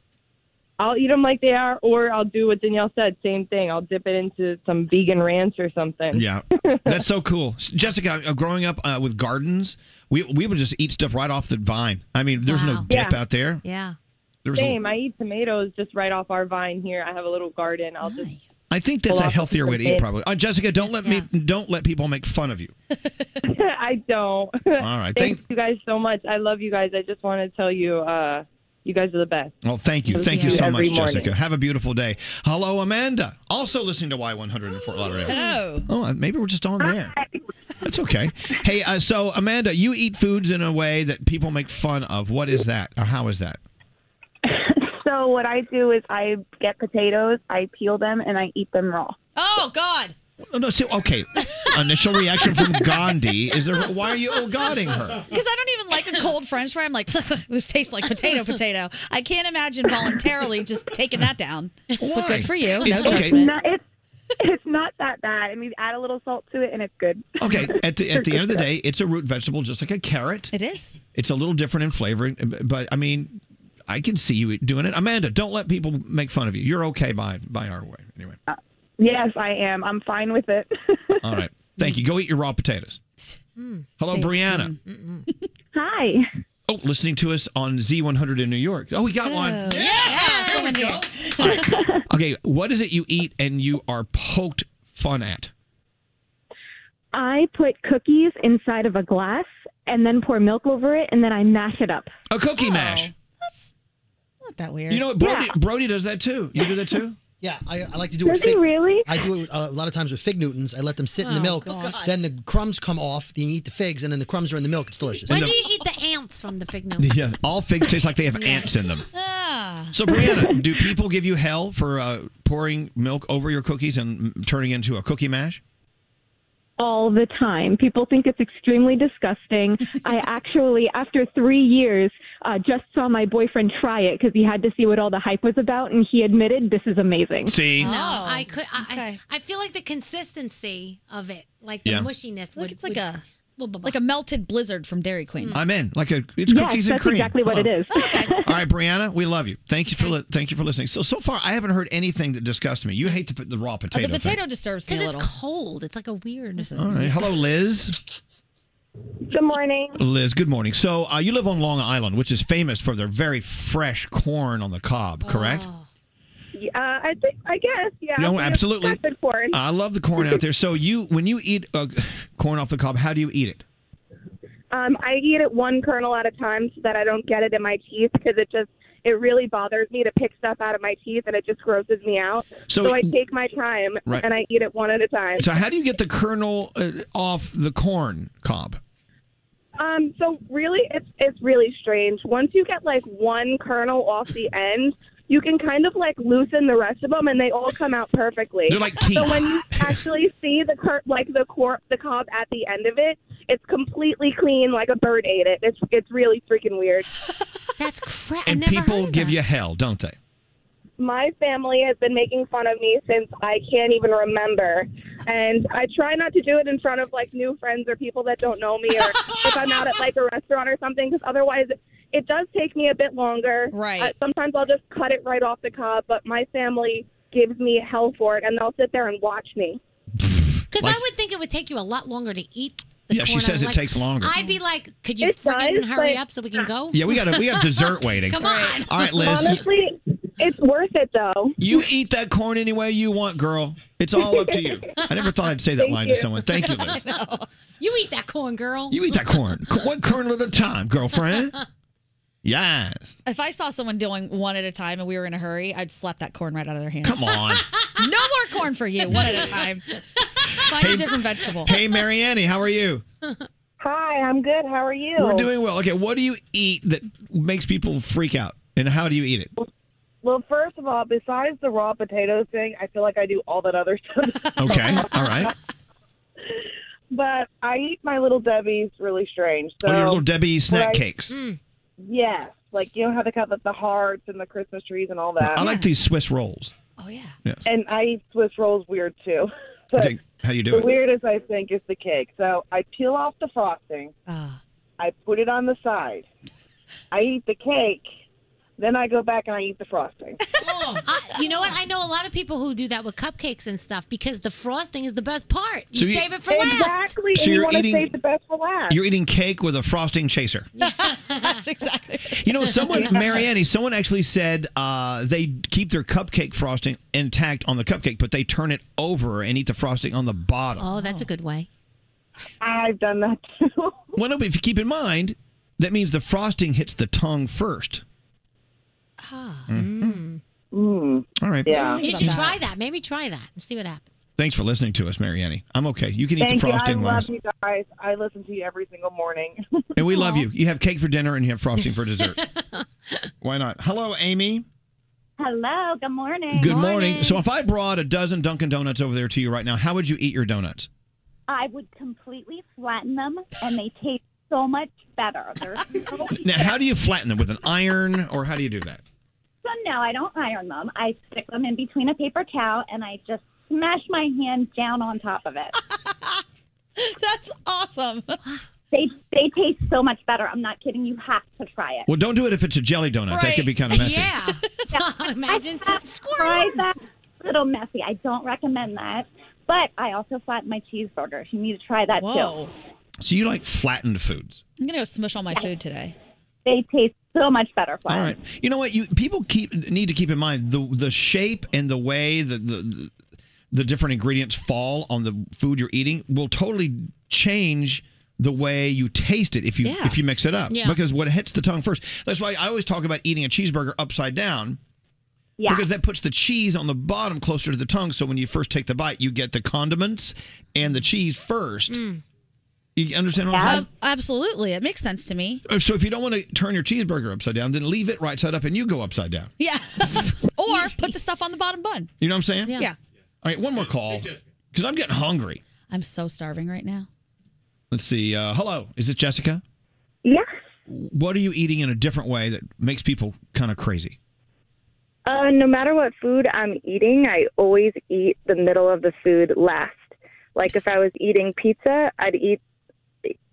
I'll eat them like they are, or I'll do what Danielle said. Same thing. I'll dip it into some vegan ranch or something.
Yeah, that's so cool, S- Jessica. uh, Growing up uh, with gardens, we we would just eat stuff right off the vine. I mean, there's no
Wow.
dip
Yeah.
out there.
Yeah.
There was a-
Same. I eat tomatoes just right off our vine here. I have a little garden. I'll just.
I think that's
Pull
a
off
healthier way to
some
eat,
bits.
probably. Uh, Jessica, don't let me don't let people make fun of you.
I don't. All
right.
Thanks
Thank-
you guys so much. I love you guys. I just want to tell you, uh, you guys are the best.
Well, thank you,
Listen
thank
to
you
you
so much,
every morning.
Jessica. Have a beautiful day. Hello, Amanda. Also listening to Y100 in Fort Lauderdale.
Hello.
Oh, uh, maybe we're just on there. That's okay. Hey, uh, so Amanda, you eat foods in a way that people make fun of. What is that? Or how is that?
So what I do is I get potatoes, I peel them, and I eat them raw.
Oh God!
Oh, no, so okay. Initial reaction from Gandhi is there. Why are you oh godding her?
Because I don't even like a cold French fry. I'm like, this tastes like potato, potato. I can't imagine voluntarily just taking that down. But good for you. No
it's,
judgment.
Not, it's, it's not that bad. I mean, add a little salt to it, and it's good.
Okay, at the at the end of the day, it's a root vegetable, just like a carrot.
It is.
It's a little different in flavor, but I mean, I can see you doing it. Amanda, don't let people make fun of you. You're okay by by our way. Anyway,
Uh,
Yes, I am. I'm fine with it.
all right. Thank you. Go eat your raw potatoes.
Hmm.
Hello,
Say-
Brianna.
Mm-hmm.
Hi.
Oh, listening to us on Z100 in New York. Oh, we got one.
Yeah, someone here.
Okay, what is it you eat and you are poked fun at?
I put cookies inside of a glass and then pour milk over it, and then I mash it up.
A cookie mash.
Oh, That's not that weird.
You know what? Brody, Brody does that too. You do that too?
Yeah, I, I like to do it.
Does he really?
I do it uh, a lot of times with fig Newtons. I let them sit in the
Oh,
milk.
gosh.
Then the crumbs come off. Then you eat the figs, and then the crumbs are in the milk. It's delicious.
Why do you eat the ants from the fig Ah. nose?
Yeah. All figs taste like they have ants in them. So, Brianna, do people give you hell for uh, pouring milk over your cookies and m- turning into a cookie mash?
all the time. People think it's extremely disgusting. I actually, after three years, uh, just saw my boyfriend try it because he had to see what all the hype was about, and he admitted this is amazing.
See?
No,
Oh.
I could. I, I, I feel like the consistency of it, like the
Yeah.
mushiness, would,
it's like
would-
a-
blah, blah, blah.
Like a melted blizzard from Dairy Queen.
Mm-hmm. I'm in. Like a, it's
Yes,
cookies and
that's
cream.
exactly what it
Oh.
is.
All right, Brianna, we love you. Thank you for li- thank you for listening. So so far, I haven't heard anything that disgusts me. You hate to put Oh, the raw potato. thing.
disturbs
me Because it's cold. It's like a weird.
All right. Hello, Liz.
Good morning.
Liz, good morning. So uh, you live on Long Island, which is famous for their very fresh corn on the cob, correct?
Uh, I think, I guess, yeah.
No,
we have
absolutely.
got Good corn.
I love the corn out there. So you, when you eat uh, corn off the cob, how do you eat it?
Um, I eat it one kernel at a time so that I don't get it in my teeth because it just it really bothers me to pick stuff out of my teeth and it just grosses me out.
So-
So, I take my time
Right.
and I eat it one at a time.
So how do you get the kernel uh, off the corn cob?
Um, so really, it's it's really strange. Once you get like one kernel off the end, you can kind of like loosen the rest of them, and they all come out perfectly.
They're like
So
teeth.
when you actually see the cur- like the cor- the cob at the end of it, it's completely clean, like a bird ate it. It's it's really freaking weird.
That's crap.
And people give you hell, don't they?
my family has been making fun of me since I can't even remember. And I try not to do it in front of like new friends or people that don't know me or if I'm out at like a restaurant or something because otherwise it does take me a bit longer. Right. sometimes I'll just cut it right off the cob, but my family gives me hell for it and they'll sit there and watch me.
Because I would think it would take you a lot longer to eat. The
Yeah, she
corn. I'm
says it
like-
takes longer.
I'd be like, could you
It
freaking
does,
hurry
but-
up so we can go?
Yeah, we got we have dessert waiting.
Come on.
All right, Liz.
Honestly, it's worth it though.
You eat that corn any way you want, girl. It's all up to you. I never thought I'd say that
Thank
line
you.
to someone. Thank you, Liz.
You eat that corn, girl.
You eat that corn. C- One kernel at a time, girlfriend. Yes.
If I saw someone doing one at a time and we were in a hurry, I'd slap that corn right out of their hand.
Come on.
no more corn for you. One at a time. Find
Hey-
a different vegetable.
Hey, Marianne, how are you?
Hi, I'm good. How are you?
We're doing well. Okay, what do you eat that makes people freak out? And how do you eat it?
Well, first of all, besides the raw potatoes thing, I feel like I do all that other stuff.
Okay, all right.
but I eat my little Debbie's really strange. So
oh, your little Debbie snack
Right.
cakes.
Yes, like you know how they got the hearts and the Christmas trees and all that.
I like these Swiss rolls.
and I eat Swiss rolls weird too. But
Okay, how do you do
the
it?
weirdest I think is the cake. So I peel off the frosting. I put it on the side. I eat the cake. Then I go back and I eat the frosting.
Oh, I- you know what? I know a lot of people who do that with cupcakes and stuff because the frosting is the best part. You
So you-
save it for last.
Exactly.
So
and you
you're
want to
eating-
save the best for last.
You're eating cake with a frosting chaser.
That's exactly.
You know, someone, Marianne, someone actually said uh, they keep their cupcake frosting intact on the cupcake, but they turn it over and eat the frosting on the bottom.
Oh, that's a good way.
I've done that too.
Well, no, but if you keep in mind, that means the frosting hits the tongue first. Mhm.
Hmm.
All right.
Mm. You should try that. Maybe try that and see what happens.
Thanks for listening to us, Marianne. I'm okay. You can eat
Thank
the frosting
you. I
last.
love you guys. I listen to you every single morning.
And we love you. You have cake for dinner and you have frosting for dessert. Why not? Hello, Amy.
Hello. Good morning.
Good morning. So, if I brought a dozen Dunkin' Donuts over there to you right now, how would you eat your donuts?
I would completely flatten them, and they taste so much better. They're so,
Now, how do you flatten them? With an iron, or how do you do that?
so no, I don't iron them. I stick them in between a paper towel, and I just smash my hand down on top of it.
That's awesome.
They they taste so much better. I'm not kidding. You have to try it.
Well, don't do it if it's a jelly donut. That could be kind of messy.
Imagine squirrel. That little messy. I don't recommend that. But I also flatten my cheeseburgers. You need to try that
Whoa.
too.
So, you like flattened foods.
I'm gonna go smush all my food today.
They taste so much better.
All right. You know what? You people keep need to keep in mind the the shape and the way the the, the different ingredients fall on the food you're eating will totally change the way you taste it if you
Yeah.
if you mix it up
Yeah.
because what hits the tongue first. That's why I always talk about eating a cheeseburger upside down.
Yeah.
Because that puts the cheese on the bottom closer to the tongue so when you first take the bite you get the condiments and the cheese first.
Mm.
Mm.
You understand what I'm saying?
Ab- Um, absolutely. It makes sense to me.
Uh, So if you don't want to turn your cheeseburger upside down, then leave it right side up and you go upside down.
Yeah. or put the stuff on the bottom bun.
You know what I'm saying?
Yeah. Yeah.
All right, one more call because I'm getting hungry.
I'm so starving right now.
Let's see. Uh, hello, is it Jessica?
Yeah.
What are you eating in a different way that makes people kind of crazy?
Uh, no matter what food I'm eating, I always eat the middle of the food last. Like if I was eating pizza, I'd eat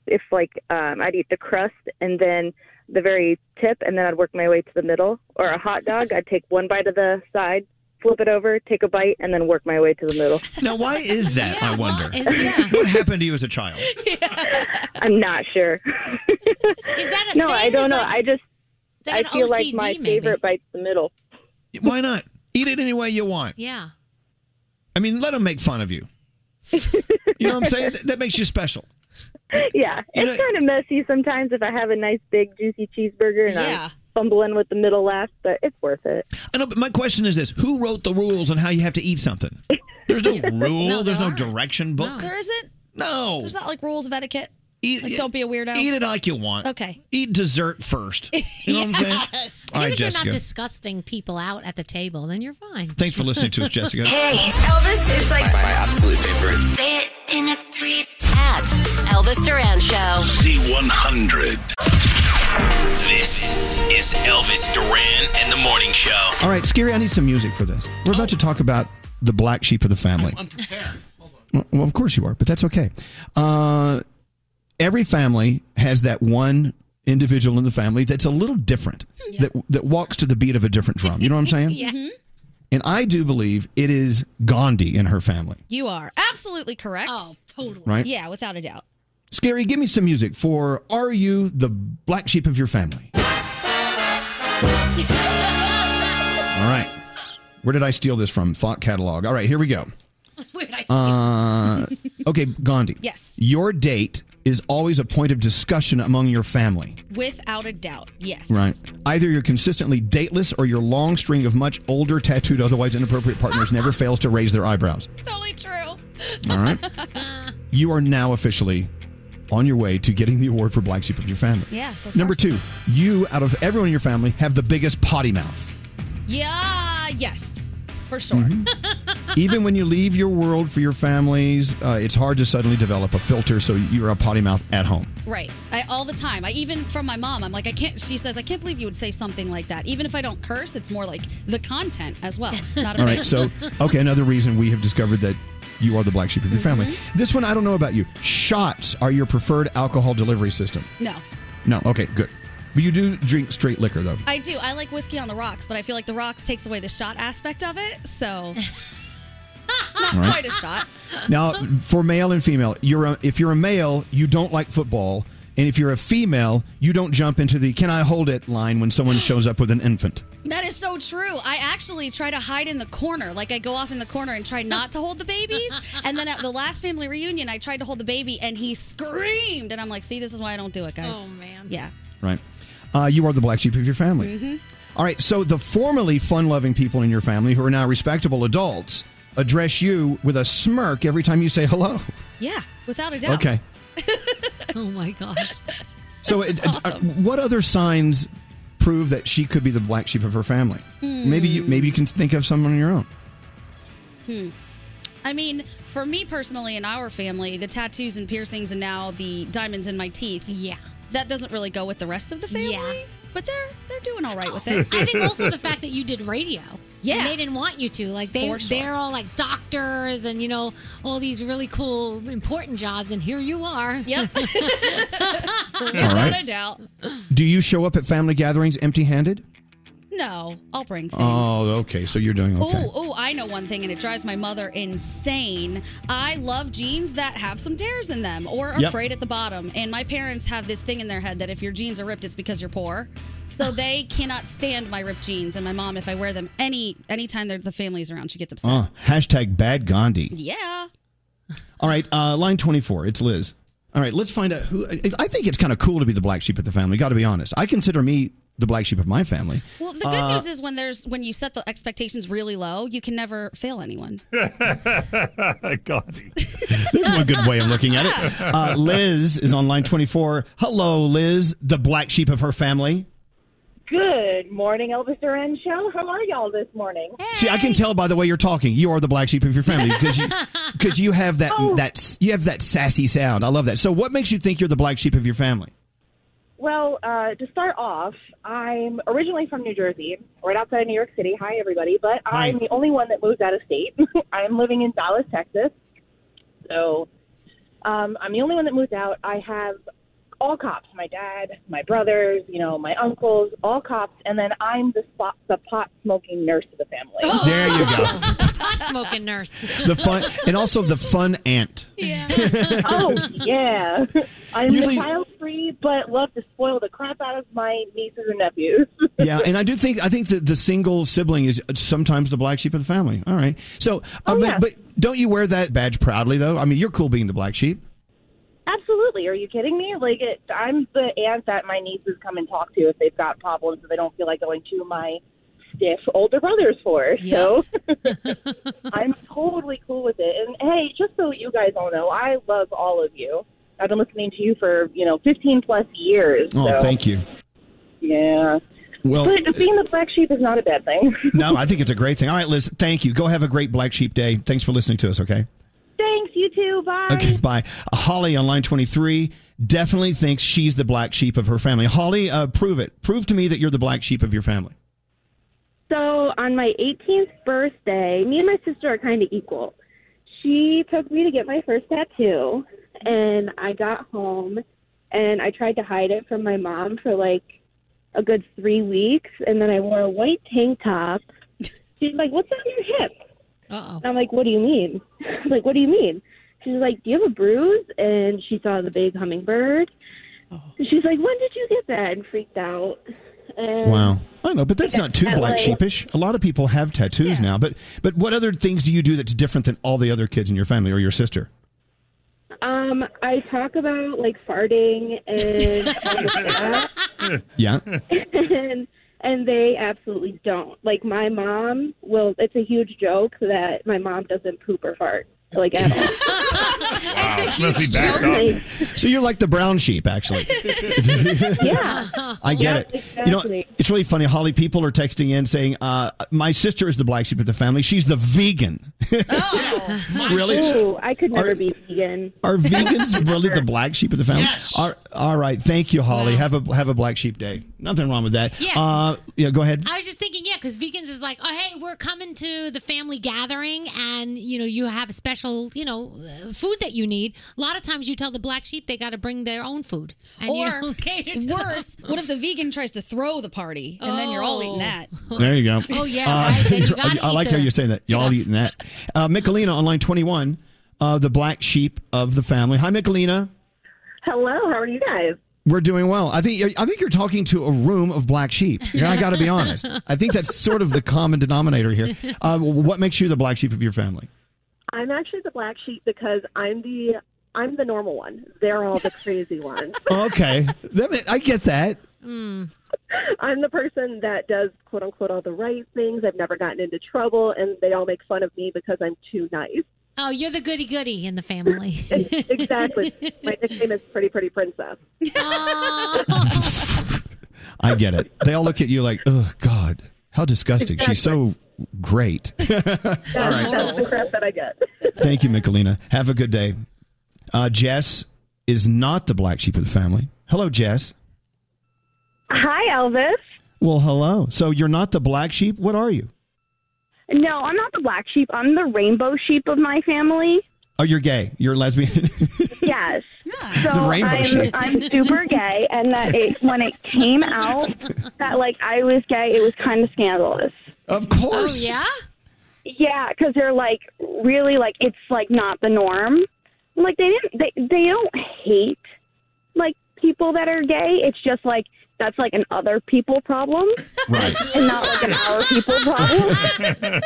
if like um, I'd eat the crust and then the very tip, and then I'd work my way to the middle. Or a hot dog, I'd take one bite of the side, flip it over, take a bite, and then work my way to the middle.
Now, why is that? I wonder. What happened to you as a child?
I'm not sure.
Is that
no? I don't know. I just
that
I
an
feel like
OCD
my
maybe?
favorite bite's the middle.
Why not? Eat it any way you want.
Yeah.
I mean, let them make fun of you. You know what I'm saying? That, that makes you special.
Yeah, it's kind of messy sometimes if I have a nice big juicy cheeseburger and I'm fumbling with the middle last, but it's worth it.
I know, but uh, my question is this: Who wrote the rules on how you have to eat something? There's no rule. there's no direction book.
There isn't?
No.
There's not like rules of etiquette.
Eat,
like, don't be a weirdo.
Eat it like you want.
Okay.
Eat dessert first. You know what I'm saying?
As
All
long
right,
as you're not
Jessica.
disgusting people out at the table, then you're fine.
Thanks for listening to us, Jessica.
Hey, Elvis is like
My absolute favorite.
Say it in a tweet at Elvis Duran Show.
Z100.
This is Elvis Duran and the Morning Show.
All right, Scary, I need some music for this. We're about to talk about the black sheep of the family. Well, of course you are, but that's okay. Uh, every family has that one individual in the family that's a little different, that that walks to the beat of a different drum. You know what I'm saying?
Yes.
And I do believe it is Gandhi in her family.
You are absolutely correct. Oh, totally.
Right?
Yeah, without a doubt.
Scary, give me some music for Are You the Black Sheep of Your Family? All right. Where did I steal this from? Thought catalog. All right, here we go. Uh, okay, Gandhi.
Yes.
Your date is always a point of discussion among your family.
Without a doubt. Yes.
Right. Either you're consistently dateless or your long string of much older, tattooed, otherwise inappropriate partners never fails to raise their eyebrows.
Totally true.
All right. You are now officially on your way to getting the award for black sheep of your family.
Yeah, so
Number
far, so
two, you out of everyone in your family have the biggest potty mouth.
Yeah, yes. For sure.
Mm-hmm. Even when you leave your world for your families, uh, it's hard to suddenly develop a filter so you're a potty mouth at home.
Right. I, all the time. I even from my mom, I'm like, I can't. She says, I can't believe you would say something like that. Even if I don't curse, it's more like the content as well. Not a
All right,
fan.
so oh. okay, another reason we have discovered that you are the black sheep of your family. This one I don't know about you. Shots are your preferred alcohol delivery system.
no,
No, okay, good. But you do drink straight liquor though.
I do. I like whiskey on the rocks, but I feel like the rocks takes away the shot aspect of it. So not
All right.
quite a shot.
Now, for male and female, you're a, if you're a male, you don't like football, and if you're a female, you don't jump into the "can I hold it" line when someone shows up with an infant.
That is so true. I actually try to hide in the corner. Like I go off in the corner and try not to hold the babies. And then at the last family reunion, I tried to hold the baby and he screamed. And I'm like, see, this is why I don't do it, guys. Oh man. Yeah.
Right? Uh, you are the black sheep of your family.
Mhm.
All right. So the formerly fun-loving people in your family, who are now respectable adults, address you with a smirk every time you say hello.
Yeah. Without a doubt.
Okay.
oh my gosh.
So, it, uh, what other signs prove that she could be the black sheep of her family? Maybe you
Hmm.
maybe you can think of someone on your own.
Hmm. I mean, for me personally, in our family, the tattoos and piercings, and now the diamonds in my teeth. Yeah. That doesn't really go with the rest of the family. But they're they're doing all right with it.
I think also the fact that you did radio.
Yeah.
And they didn't want you to. Like they
For sure.
they're all like doctors and you know, all these really cool important jobs and here you are. Yep.
All right.
doubt.
Do you show up at family gatherings empty-handed?
No, I'll bring things.
Oh, okay. So you're doing okay.
Oh, oh, I know one thing, and it drives my mother insane. I love jeans that have some tears in them or are
Yep.
frayed at the bottom. And my parents have this thing in their head that if your jeans are ripped, it's because you're poor. So they cannot stand my ripped jeans. And my mom, if I wear them any anytime they're- the family's around, she gets
Oh.
upset.
Uh, hashtag bad Gandhi.
Yeah.
All right, uh, line 24. It's Liz. All right, let's find out who. I I think it's kind of cool to be the black sheep of the family. Got to be honest. I consider me the black sheep of my family.
Well, the good
Uh,
news is when there's when you set the expectations really low, you can never fail anyone.
God.
There's one good way of looking at it. Uh, Liz is on line 24. Hello, Liz, the black sheep of her family.
Good morning, Elvis Duran Show. How are y'all this morning?
See, I can tell by the way you're talking. You are the black sheep of your family because you because you have that
Oh.
that you have that sassy sound. I love that. So, what makes you think you're the black sheep of your family?
Well, uh, to start off, I'm originally from New Jersey, right outside of New York City. Hi, everybody. But
Hi.
I'm the only one that moved out of state. I'm living in Dallas, Texas. So um, I'm the only one that moved out. I have all cops my dad, my brothers, you know, my uncles, all cops. And then I'm the, spot, the pot smoking nurse of the family.
Oh, There you go.
Pot smoking nurse.
The fun and also the fun aunt.
oh yeah, I'm
Usually-
child free, but love to spoil the crap out of my nieces and nephews.
Yeah, and I do think I think that the single sibling is sometimes the black sheep of the family. All right. So, uh,
Oh,
but, but don't you wear that badge proudly though? I mean, you're cool being the black sheep.
Absolutely. Are you kidding me? Like, it, I'm the aunt that my nieces come and talk to if they've got problems that they don't feel like going to my stiff older brothers for. So I'm totally cool with it. And hey, just so you guys all know, I love all of you. I've been listening to you for you know 15 plus years.
Oh,
so,
thank you.
Yeah.
Well,
but being the black sheep is not a bad thing.
no, I think it's a great thing. All right, Liz, thank you. Go have a great black sheep day. Thanks for listening to us, okay?
Thanks. You too. Bye.
Okay, bye. Uh, Holly on line 23 definitely thinks she's the black sheep of her family. Holly, uh, prove it. Prove to me that you're the black sheep of your family.
So on my 18th birthday, me and my sister are kind of equal. She took me to get my first tattoo, and I got home, and I tried to hide it from my mom for like a good three weeks, and then I wore a white tank top. She's like, "What's on your hip?"
Uh-oh.
I'm like, "What do you mean?" I'm like, "What do you mean?" She's like, "Do you have a bruise?" And she saw the big hummingbird. And She's like, "When did you get that?" And freaked out. And
Wow. I don't know, but that's not too
That
black
way-
sheepish. A lot of people have tattoos now, but but what other things do you do that's different than all the other kids in your family or your sister?
Um, I talk about like farting and all of that,
yeah.
and and they absolutely don't. Like my mom will. It's a huge joke that my mom doesn't poop or fart like at all.
It's
a huge Must be backed joke.
So you're like the brown sheep, actually.
yeah,
I get it. You know,
Exactly.
it's really funny. Holly, people are texting in saying, uh, "My sister is the black sheep of the family. She's the vegan." Really?
Ooh, I could never
Are-
be vegan.
Are vegans really the black sheep of the family?
Yes.
Are- all right. Thank you, Holly. Have a have a black sheep day. Nothing wrong with that.
Yeah.
Uh, yeah. Go ahead.
I was just thinking, yeah, because vegans is like, oh, hey, we're coming to the family gathering, and you know, you have a special, you know, uh, food that you need. A lot of times, you tell the black sheep they got to bring their own food, and you
or
know, cater to
worse,
them.
what if the vegan tries to throw the party and then you're all eating that?
There you go.
Oh, yeah,
Uh,
right. Then you
I,
gotta
I
eat
like how
the
you're saying that. Y'all
stuff.
eating that. Uh, Michelina on line 21, uh, the black sheep of the family. Hi, Michelina.
Hello, how are you guys?
We're doing well. I think I think you're talking to a room of black sheep. Yeah, I got to be honest. I think that's sort of the common denominator here. Uh, what makes you the black sheep of your family?
I'm actually the black sheep because I'm the I'm the normal one. They're all the crazy ones.
Okay, That- I get that.
I'm the person that does quote unquote all the right things. I've never gotten into trouble, and they all make fun of me because I'm too nice.
oh, you're the goody goody in the family.
exactly. My nickname is Pretty Pretty Princess.
I get it. They all look at you like, oh God, how disgusting. She's so great.
That's, that's the crap that I get.
Thank you, Michelina. Have a good day. Uh, Jess is not the black sheep of the family. Hello, Jess.
Hi, Elvis.
Well, hello. So you're not the black sheep. What are you?
No, I'm not the black sheep. I'm the rainbow sheep of my family.
Oh, you're gay. You're lesbian.
Yes. So
The rainbow
I'm,
sheep.
I'm super gay, and that it, when it came out that like I was gay, it was kind of scandalous.
Of course.
yeah.
Yeah, because they're like really like it's like not the norm. Like they didn't they they don't hate like people that are gay. It's just like that's like an other people problem,
right?
And not like an our people problem.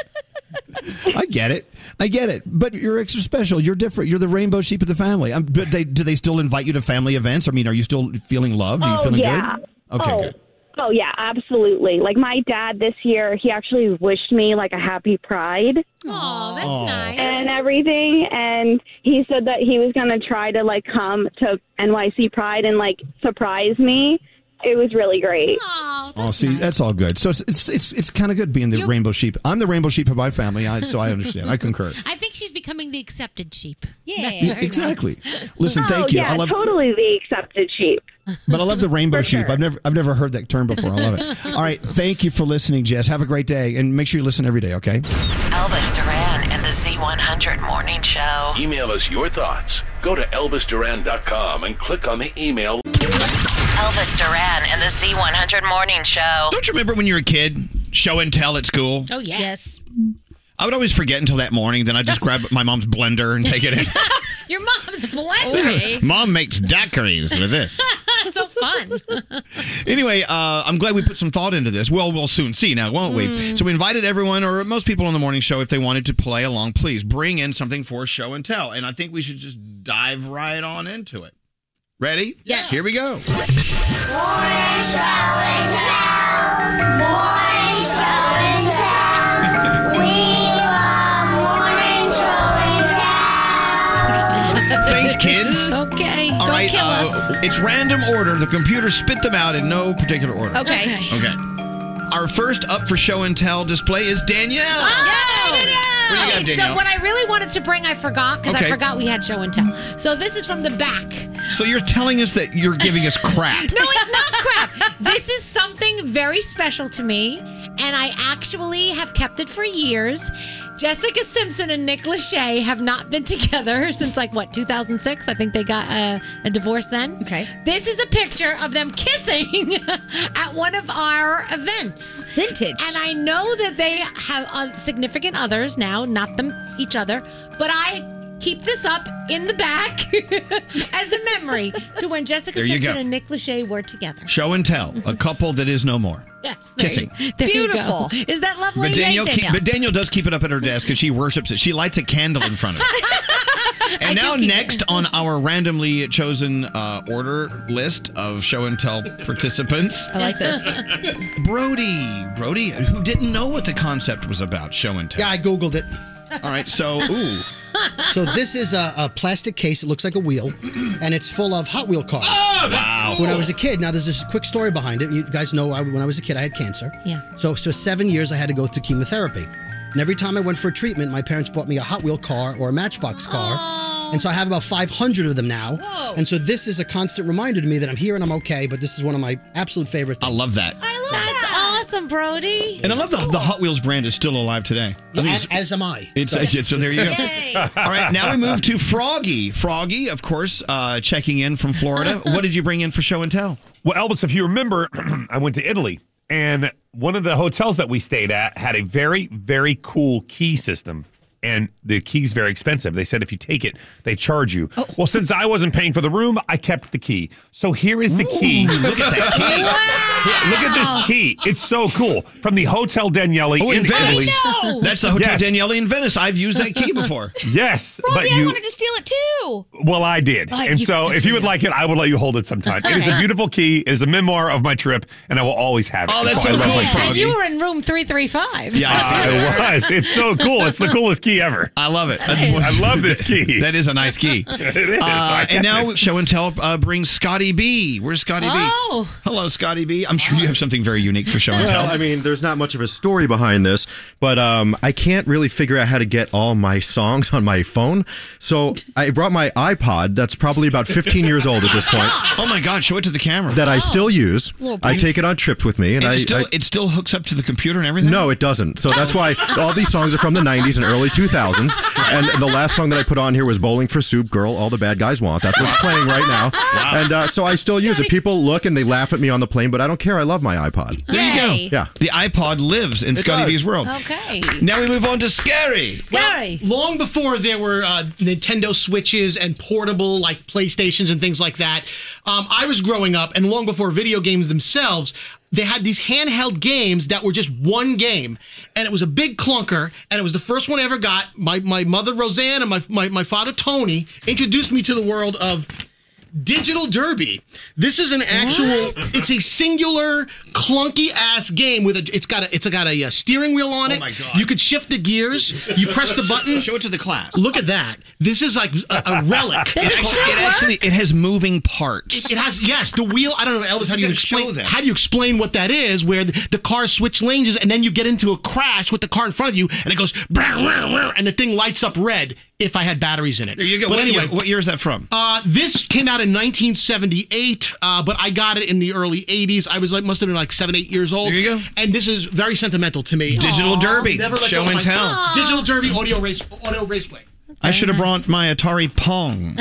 I get it. I get it. But you're extra special. You're different. You're the rainbow sheep of the family. Um, but they, do they still invite you to family events? I mean, are you still feeling loved? Are you
oh,
feeling
yeah.
good? Okay,
oh.
good.
Oh yeah, absolutely. Like my dad this year, he actually wished me like a happy pride.
Oh,
that's nice. And everything and he said that he was going to try to like come to NYC Pride and like surprise me. It was really great.
Oh, see, that's all good. So it's it's it's, it's kind of good being the rainbow sheep. I'm the rainbow sheep of my family, I, so I understand. I concur.
I think she's becoming the accepted sheep.
Yeah,
That's
Yeah,
very
exactly.
nice.
Oh,
Listen, thank you. I love
Oh, totally the accepted sheep.
But I love the rainbow sheep. I've never I've never heard that term before. I love it. All right, thank you for listening, Jess. Have a great day, and make sure you listen every day. Okay.
Elvis Duran and the Z100 Morning Show.
Email us your thoughts. Go to elvisduran.com and click on the email.
Elvis Duran and the Z100 Morning Show.
Don't you remember when you were a kid? Show and tell at school.
Oh, yeah. yes.
I would always forget until that morning. Then I just grab my mom's blender and take it in.
Your mom's
This is-
blessed.
Mom makes daiquiris with this.
so fun.
Anyway, uh, I'm glad we put some thought into this. Well, we'll soon see now, won't we?
Mm.
So we invited everyone, or most people on the morning show, if they wanted to play along, please bring in something for show and tell. And I think we should just dive right on into it. Ready? Yes. Here we go. Thanks, kids.
Okay,
All
don't
right,
kill
uh,
us.
It's random order. The computer spit them out in no particular order.
Okay. Okay.
Okay. Our first up for show and tell display is Danielle.
Ah!
What do you got,
Okay, so
Danielle?
what I really wanted to bring, I forgot because
Okay.
I forgot we had show and tell. So this is from the back.
So you're telling us that you're giving us crap.
No, it's not crap. This is something very special to me, and I actually have kept it for years. Jessica Simpson and Nick Lachey have not been together since like what 2006. I think they got uh, a divorce then. Okay. This is a picture of them kissing at one of our events. Vintage. And I know that they have uh, significant others now, not them each other, but I. Keep this up in the back as a memory to when Jessica
There you
Simpson
go.
and Nick Lachey were together.
Show and tell, a couple that is no more.
Yes.
Kissing.
There you go.
Beautiful.
Is that lovely?
But Danielle, keep, but Danielle does keep it up at her desk and she worships it. She lights a candle in front of it. And now, next on our randomly chosen uh, order list of show and tell participants,
I like this.
Brody. Brody, who didn't know what the concept was about, show and tell.
Yeah, I Googled it.
All right, so, ooh.
So this is a, a plastic case. It looks like a wheel, and it's full of Hot Wheel cars.
Oh, that's Wow. cool.
When I was a kid, now there's this quick story behind it. You guys know I, when I was a kid, I had cancer.
Yeah.
So for seven years, I had to go through chemotherapy, and every time I went for a treatment, my parents bought me a Hot Wheel car or a Matchbox car, and so I have about 500 of them now. Whoa. And so this is a constant reminder to me that I'm here and I'm okay. But this is one of my absolute favorite things. I
love that.
That's awesome, Brody.
And I love the, the Hot Wheels brand is still alive today. I think
As,
it's-
as am I.
It's, so, so there you go.
Yay.
All right, now we move to Froggy. Froggy, of course, uh, checking in from Florida. What did you bring in for show and tell?
Well, Elvis, if you remember, I went to Italy and one of the hotels that we stayed at had a very, very cool key system. And the key's very expensive. They said if you take it, they charge you.
Oh.
Well, since I wasn't paying for the room, I kept the key. So here is the key.
look at that key.
Yeah, look at this key. It's so cool. From the Hotel Daniele
Oh, in
in
Venice. I
Italy.
know. That's the Hotel Daniele in Venice. I've used that key before.
Yes,
Robbie,
but you
I wanted to steal it too.
Well, I did.
Oh,
and
you-
so
good
if
for
you would
you.
like it, I will let you hold it sometime. It is a beautiful key. It is a memoir of my trip, and I will always have it.
Oh,
And
that's
I
so
love
cool.
my key.
And you were in room 335.
Uh, it was. It's so cool. It's the coolest key ever.
I love it.
I love this key.
That is a nice key.
it is. I
Uh,
kept
and now
it.
show and tell uh, brings Scotty B. Where's Scotty
Oh.
B? Hello, Scotty B. I'm sure you have something very unique for show and tell.
Well, I mean, there's not much of a story behind this, but um, I can't really figure out how to get all my songs on my phone. So I brought my iPod that's probably about 15 years old at this point.
Oh my God, show it to the camera.
That I still use.
Little
I
brief.
take it on trips with me. And,
And
I,
it, still,
I-
it still hooks up to the computer and everything?
no, it doesn't. So that's why all these songs are from the 90s and early 2000s. And the last song that I put on here was Bowling for Soup Girl, All the Bad Guys Want. That's what's playing right now. And uh, so I still use it. People look and they laugh at me on the plane, but I don't care. I love my iPod.
There you go.
Yeah.
The iPod lives in
It
Scotty
does.
B's world.
Oh. Okay.
Now we move on to scary.
Scary.
long before there were uh, Nintendo Switches and portable like PlayStations and things like that, um, I was growing up, and long before video games themselves, they had these handheld games that were just one game, and it was a big clunker, and it was the first one I ever got. My my mother Roseanne and my my, my father Tony introduced me to the world of Digital Derby. This is an actual. It's a singular clunky ass game with a. It's got a. It's got a, uh steering wheel on
Oh
it.
my God.
You could shift the gears. You press the button.
Show it to the class.
Look at that. This is like a, a relic.
Does it It still actually- it actually- work? it has moving parts.
It, it has yes, the wheel. I don't know, Elvis. How do you
gotta
explain
show that.
How do you explain what that is? Where the, the car switch lanes, and then you get into a crash with the car in front of you, and it goes "Brow, wow, wow," and the thing lights up red. If I had batteries in it.
There you go.
But
what,
anyway,
year, what year is that from?
uh, this came out in 1978, uh, but I got it in the early 80s. I was like, must have been like seven, eight years old. There you go. And this is very sentimental to me.
Digital Derby.
let
Show
go of
and
my-
tell.
Digital Derby audio race, auto raceway.
I should have
Mm-hmm.
brought my Atari Pong.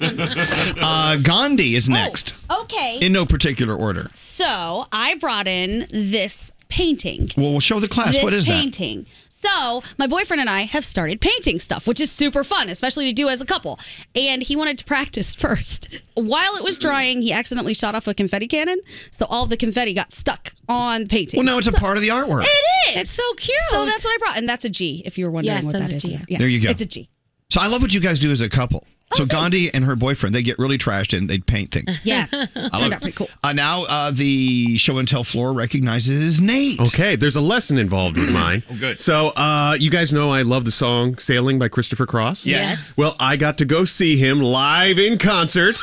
uh, Gandhi is next.
Oh, okay.
In no particular order.
So I brought in this painting.
Well, we'll show the class.
This
what is
painting. So my boyfriend and I have started painting stuff, which is super fun, especially to do as a couple. And he wanted to practice first. While it was drying, he accidentally shot off a confetti cannon, so all the confetti got stuck on the painting.
Well, now it's a
So-
part of the artwork.
It is. It's so cute. So that's what I brought, and that's a G. If you were wondering
Yes,
what
that's
that
a
is,
G.
Yeah.
There you go.
It's a G.
that? So I love what you guys do as a couple. so Gandhi and her boyfriend, they get really trashed and they paint things.
Yeah.
I love it.
Uh-huh.
Uh, now uh, the show and tell floor recognizes Nate.
Okay, there's a lesson involved with mine.
Oh, good.
So, uh, you guys know I love the song Sailing by Christopher Cross.
Yes. Yes.
Well, I got to go see him live in concert,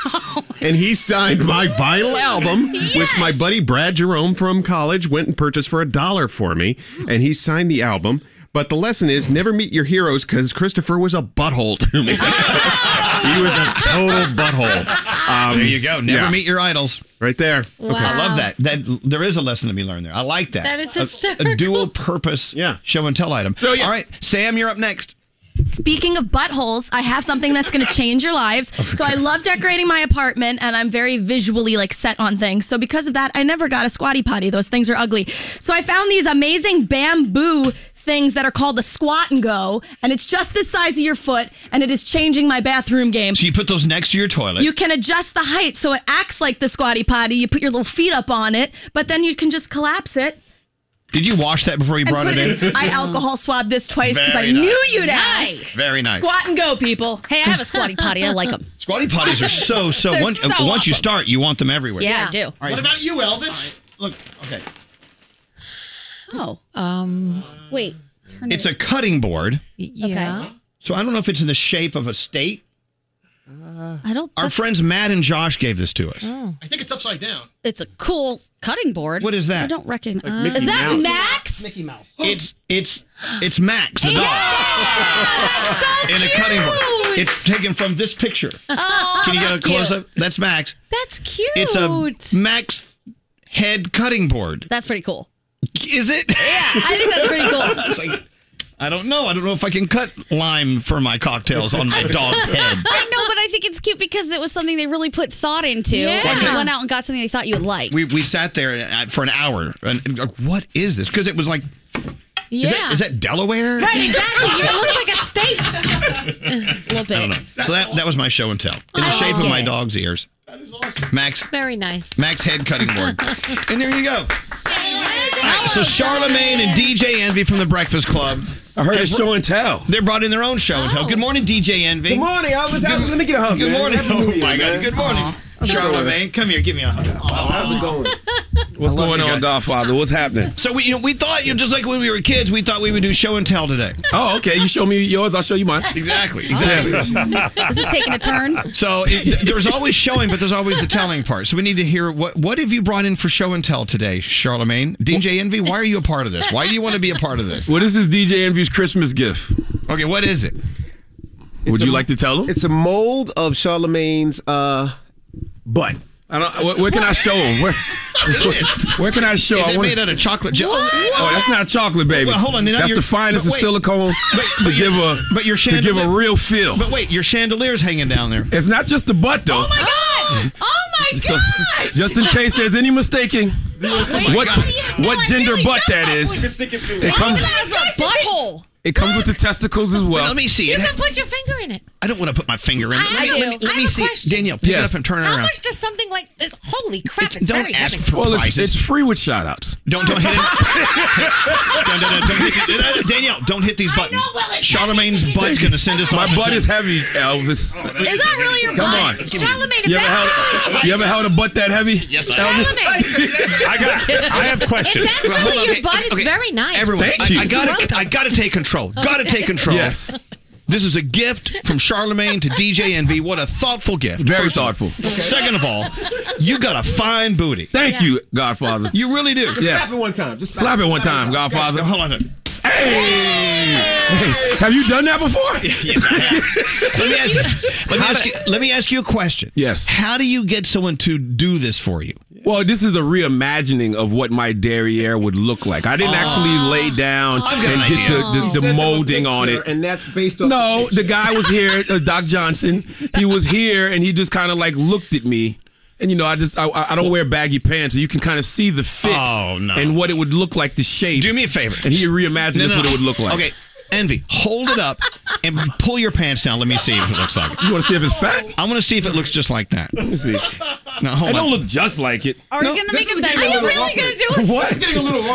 and he signed my vinyl album, which my buddy Brad Jerome from college went and purchased for a dollar for me, and he signed the album. But the lesson is never meet your heroes because Christopher was a butthole to me. he was a total butthole. Um,
there you go. Never
yeah.
meet your idols.
Right there.
Okay. I love that. That there is a lesson to be learned there. I like that.
That is
A- A,
hysterical.
dual purpose show and tell item. All right, Sam, you're up next.
Speaking of buttholes, I have something that's going to change your lives.
Oh,
So I love decorating my apartment and I'm very visually like set on things. So because of that, I never got a squatty potty. Those things are ugly. So I found these amazing bamboo things that are called the squat and go and it's just the size of your foot and it is changing my bathroom game.
So you put those next to your toilet.
You can adjust the height so it acts like the squatty potty. You put your little feet up on it, but then you can just collapse it
Did you wash that before you
and
brought
put
it in?
I alcohol swabbed this twice because I
Very nice.
knew you'd
Nice.
ask.
Very nice.
Squat and go, people.
Hey, I have a squatty potty. I like 'em.
Squatty potties are so so.
They're
once
so
once you
awesome.
start, you want them everywhere.
Yeah, I do.
All right,
What about you, Elvis?
Look, okay.
Oh. Um. Wait.
It's a cutting board.
Yeah.
So I don't know if it's in the shape of a state. Uh,
I don't.
Our friends Matt and Josh gave this to us.
I think it's upside down.
It's a cool cutting board.
What is that?
I don't reckon.
like Mickey
is that
Mouse.
Max?
Mickey Mouse.
It's it's it's Max the dog. in a cutting board. It's taken from this picture.
Oh,
Can you get
that's
a close
cute.
up? That's Max.
That's cute.
It's a Max head cutting board.
That's pretty cool.
Is it? Yeah,
I think that's pretty cool.
It's like, I don't know. I don't know if I can cut lime for my cocktails on my dog's head.
I know, but I think it's cute because it was something they really put thought into.
Yeah.
And they went out and got something they thought you would like.
We, we sat there and- for an hour and like, what is this? Because it was like,
Yeah.
is, that, is that Delaware?
Right, exactly.
You look like a state.
little
I don't know. so that, that was my show and tell in the shape of my dog's ears. That is awesome. Max
Very nice.
Max head cutting board. and there you go. All right,
Oh,
so Charlemagne and DJ Envy from the Breakfast Club. I
heard a show and tell.
They brought in their own show and tell. Good morning, DJ Envy.
Oh. Good morning. I was out- let me get a hug,
Good
man.
morning.
Happy New
Oh
Year,
my
man.
God. Good morning, Charlemagne. Come here, give me a hug. How's it going?
What's going on, Godfather? What's happening?
So we, you know, we thought you know, just like when we were kids, we thought we would do show and tell today.
Oh, okay. You show me yours, I'll show you mine.
Exactly. Exactly.
This is taking a turn.
So it, th- there's always showing, but there's always the telling part. So we need to hear what what have you brought in for show and tell today, Charlemagne? DJ Envy, why are you a part of this? Why do you want to be a part of this?
What is this DJ Envy's Christmas gift?
Okay, what is it?
Would you like to tell them? It's a mold of Charlemagne's uh, butt. I don't. Where, where can I show them? Where, where, where can I show?
Is
I
it
wanna-
made out of chocolate? gel?
Oh, that's not chocolate, baby.
Well, hold on, now
That's
you're-
the finest
but
of
wait.
silicone to give a
but your
to give a
chandelier-
real feel.
But wait, your chandelier's hanging down there.
It's not just the butt though.
Oh my
god!
Oh my
So, just in case there's any mistaking,
my
what
God.
what gender butt that
We
is?
just think
It
It
comes
has a butthole.
it comes with the testicles as well.
Let me see
You
it.
can put your finger in it.
I don't want to put my finger in. it.
I
Let me,
do.
let me, let
I have a
me
Ah,
see.
question.
Danielle, pick
Yes.
it up and turn it
How
around.
much does something like this? Holy crap! It's
don't
very
ask
heavy.
for
Well, it's,
prices.
it's free with shout outs.
Don't don't hit it. Don't- don't- don't hit it. Uh, Danielle, don't hit these buttons. Charlemagne's butt's going to send us
My
off.
butt is heavy, Elvis.
Is that really your
Come
butt?
On.
Charlemagne,
you
if
ever,
that's
held,
not-
you ever held a butt that heavy?
Yes, I
Elvis?
I
got- I have questions.
If that's
Well, hold
really
on.
your
Hey,
butt, it's
okay.
very nice.
Everyone, I- I, gotta, I gotta take control. Gotta take control.
Yes.
This is a gift from Charlemagne to DJ Envy. What a thoughtful gift.
Very
First of all.
thoughtful.
Second of all, you got a fine booty.
Thank you, Godfather.
You really do.
Just Yes. slap
it one time. Just
Slap it one time, Godfather.
Hold on. a minute.
Hey! Have you done that before?
Yes, I have. So let, me ask you, let, me ask you, let me ask you a question.
Yes.
How do you get someone to do this for you?
Well, this is a reimagining of what my derriere would look like. I didn't actually lay down
Ah. I've got
and
an
get
idea.
the- the, the, molding on it.
And that's based on
No, the guy was here, uh, Doc Johnson. He was here, and he just kind of like looked at me. And you know, I just I, I don't wear baggy pants, so you can kind of see the fit and what it would look like, the shape. Do
Oh, me a favor.
And he reimagined
No,
this
no,
what
no.
it would look like.
Okay, Envy, hold it up and pull your pants down. Let me see if it looks like it.
You want to see if it's fat?
I want to see if it looks just like that. Let
me see.
No, hold
it
on.
don't look just like it.
Are you gonna make a bed?
getting a little
gonna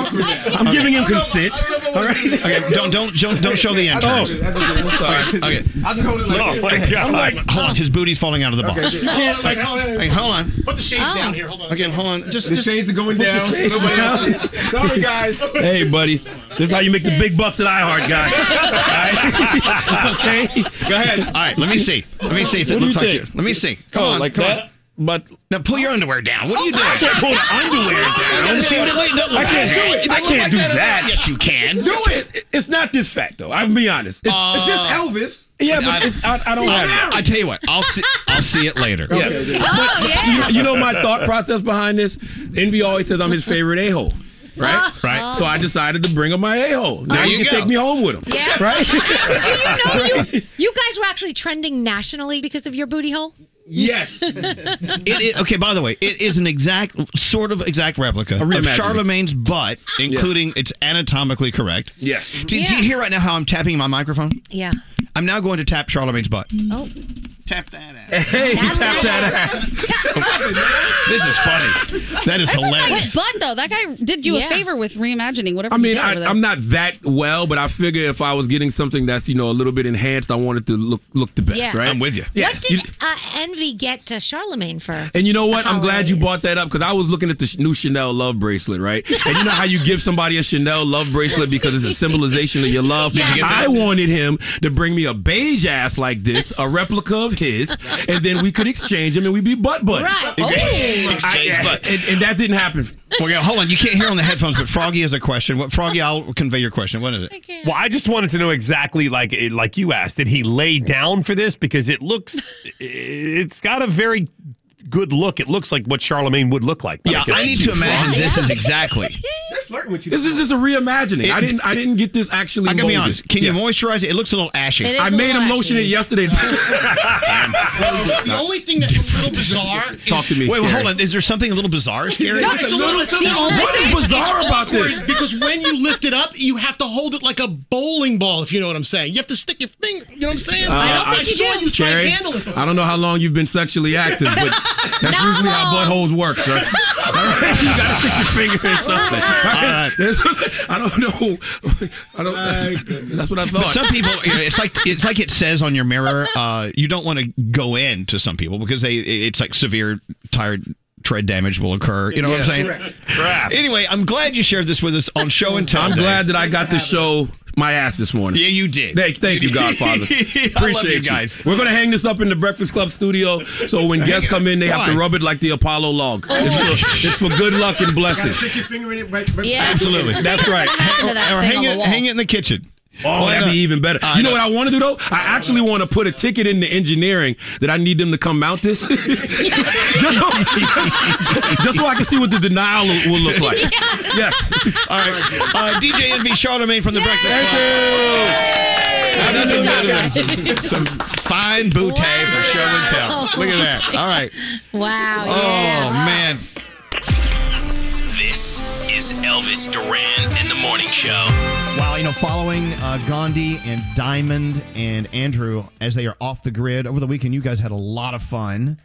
What? I'm
Okay.
giving him consent. All right.
Okay, don't don't don't, don't show the interns.
Oh.
Okay, okay.
I'll just hold it like
Look,
this. Oh, my God.
I'm like, hold on, his booty's falling out of the box.
Okay,
Okay,
okay,
hold on. Hey, hold on.
Put the shades
Oh.
down here. Hold on.
Okay, hold on. Just
The
just-
shades are going
put the
down.
shades
Nobody
down.
Sorry, guys. Hey, buddy. This is how you make the big bucks at iHeart, guys. okay.
Go ahead. All right, let me see. Let me see if it
What do you
looks like
think?
you. Let me see. Come
Oh,
on,
like
come
that?
on.
But Oh,
now pull your underwear down. What are you doing?
I can't pull the underwear down.
Let's see what it look- don't look
I can't do
like that.
it.
It
I
don't look
can't
like
do
that
that.
at all. Yes, you can.
Do it. It's not this fat though. I'll be honest. It's, it's just
Uh,
Elvis. Yeah, but
I-
it's- I, I don't have it.
I tell you what, I'll see. I'll see it later.
Yes. But
Oh,
you, you know my thought process behind this? Envy always says I'm his favorite a hole. Right?
Right.
So I decided to bring him my a hole. Now
There
you,
you
can
go.
take me home with him.
Yeah.
Right?
Do you know you, you guys were actually trending nationally because of your booty hole?
Yes.
It, it, okay. By the way, it is an exact, sort of exact replica of
reimagining.
Charlemagne's butt, including it's anatomically correct.
Yes.
Do, do you hear right now how I'm tapping my microphone?
Yeah.
I'm now going to tap Charlemagne's butt.
Oh.
Tap that
ass. Hey, tap that ass.
This is funny. That is
That's
hilarious.
a nice butt, though. That guy did you
Yeah.
a favor with reimagining whatever.
I mean,
you did
I,
over there.
I'm not that well, but I figure if I was getting something that's you know a little bit enhanced, I wanted to look look the best,
Yeah.
right?
I'm with
you.
What
Yes.
did
You-
uh, Envy get to Charlemagne for?
and you know what? I'm glad you
Holidays.
brought that up because I was looking at the sh- new Chanel love bracelet, right? And you know how you give somebody a Chanel love bracelet because it's a symbolization of your love.
Did you get that?
I wanted him to bring me a beige ass like this, a replica of his, and then we could exchange them and we'd be butt buddies.
Right. Oh. Exchange
I-
butt.
And, and that didn't happen.
Well, yeah, hold on. You can't hear on the headphones, but Froggy has a question. What Froggy? I'll convey your question. What is it?
Well, I just wanted to know exactly like it- like you asked. Did he lay down for this? Because it looks, it's got a very good look. It looks like what Charlemagne would look like.
Yeah, I need to imagine this is exactly.
This is just a reimagining. I didn't. I didn't get this actually.
I gotta be
molded.
honest. Can
Yes.
you moisturize it? It looks a little ashy.
I made him lotion it yesterday.
The only thing that's a little bizarre.
Talk to me.
Wait, well,
Scary.
hold on. Is there something a little bizarre, Scary?
Yeah, it's a little- it's a little-
What is
it's-
bizarre
it's
about
awkward
this?
Because when you lift it up, you have to hold it like a bowling ball, if you know what I'm saying. You have to stick your finger. You know what I'm saying?
Uh,
I saw you try
Jerry,
and handle it.
I don't know how long you've been sexually active, but that's usually how buttholes work, sir. All right, you gotta stick your finger in something. All right. There's- I don't know. I don't. That's what I thought.
But some people, you know, it's like it's like it says on your mirror. Uh, you don't want to go in to some people because they it's like severe tire tread damage will occur. You know what I'm saying? Anyway, I'm glad you shared this with us on show and tell.
I'm
Dave.
glad that I got to show my ass this morning.
Yeah, you did.
Thank, thank you, Godfather. Appreciate
I love you
you
guys.
We're gonna hang this up in the Breakfast Club studio, so when guests come in, they have to
Why? Oh.
rub it like the Apollo log. It's, for, it's for good luck and blessings.
your finger in it right, right
Yeah. Absolutely. That's right.
Or, or hang it, hang it in the kitchen.
Oh,
Why
that'd be
not?
even better. you know, what I want to do though? I actually want to put a ticket into engineering that I need them to come mount this, just, so, just so I can see what the denial will, will look like. Yes.
All right. Uh, DJ and B. Charlemagne from the Breakfast Club.
Good job,
Some fine bootay for show and tell. Look at that. All right.
Wow.
Oh, man.
This is Elvis Duran and the Morning Show.
Wow, you know, following uh, Gandhi and Diamond and Andrew as they are off the grid over the weekend, you guys had a lot of fun.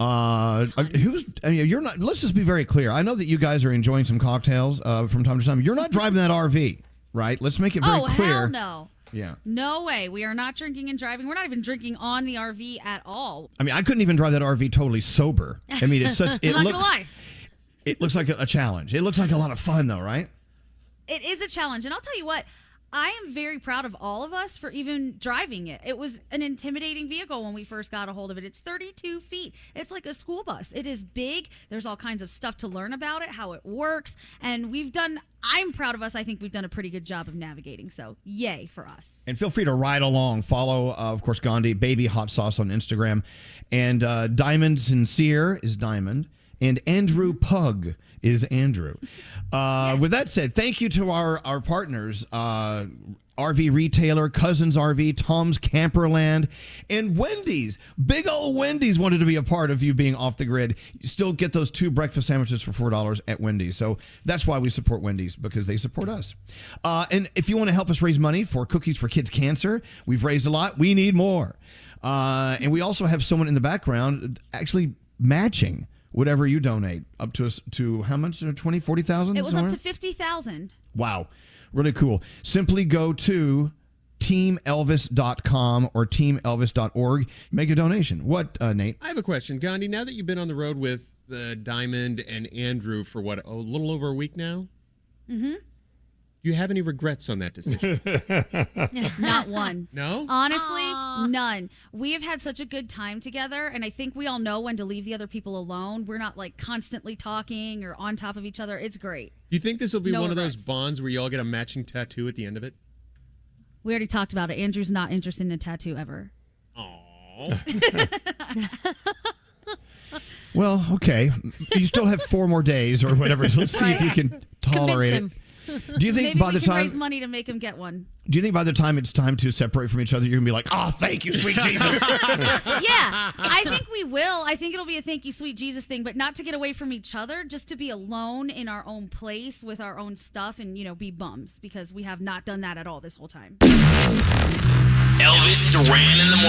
Uh, who's? I mean, you're not. Let's just be very clear. I know that you guys are enjoying some cocktails uh, from time to time. You're not driving that RV, right? Let's make it very
oh,
clear.
hell no.
Yeah.
No way. We are not drinking and driving. We're not even drinking on the RV at all.
I mean, I couldn't even drive that RV totally sober. I mean, it's such. It
I'm not
looks.
gonna lie.
It looks like a, a challenge. It looks like a lot of fun, though, right?
It is a challenge, and I'll tell you what. I am very proud of all of us for even driving it. It was an intimidating vehicle when we first got a hold of it. It's 32 feet. It's like a school bus. It is big. There's all kinds of stuff to learn about it, how it works, and we've done. I'm proud of us. I think we've done a pretty good job of navigating. So, yay for us.
And feel free to ride along. Follow, uh, of course, Gandhi Baby Hot Sauce on Instagram, and uh, Diamond Sincere is Diamond, and Andrew
Mm-hmm.
Pug is Andrew. Uh, With that said, thank you to our our partners. Uh, RV retailer, Cousins RV, Tom's Camperland, and Wendy's. Big old Wendy's wanted to be a part of you being off the grid. You still get those two breakfast sandwiches for $4 at Wendy's. So that's why we support Wendy's because they support us. Uh, and if you want to help us raise money for Cookies for Kids Cancer, we've raised a lot. We need more. Uh, and we also have someone in the background actually matching whatever you donate up to us to how much? Uh, 20, 40,000?
It was up
somewhere?
to 50,000.
Wow. Really cool. Simply go to teamelvis.com or teamelvis.org. Make a donation. What, uh, Nate?
I have a question, Gandhi. Now that you've been on the road with the Diamond and Andrew for what a little over a week now,
Mm-hmm.
do you have any regrets on that decision?
Not one.
Oh.
No?
Honestly, none. We have had such a good time together, and I think we all know when to leave the other people alone. We're not like constantly talking or on top of each other. It's great.
Do you think this will be
No
one of those bonds where you all get a matching tattoo at the end of it?
We already talked about it. Andrew's not interested in a tattoo ever.
Well, okay. You still have four more days or whatever. So let's see if you can tolerate it. Do you think
Maybe
by
we
the
can
time-
raise money to make him get one?
Do you think by the time it's time to separate from each other, you're going to be like, oh, thank you, sweet Jesus?
yeah, I think we will. I think it'll be a thank you, sweet Jesus thing, but not to get away from each other, just to be alone in our own place with our own stuff and, you know, be bums because we have not done that at all this whole time.
Elvis Duran in the Morning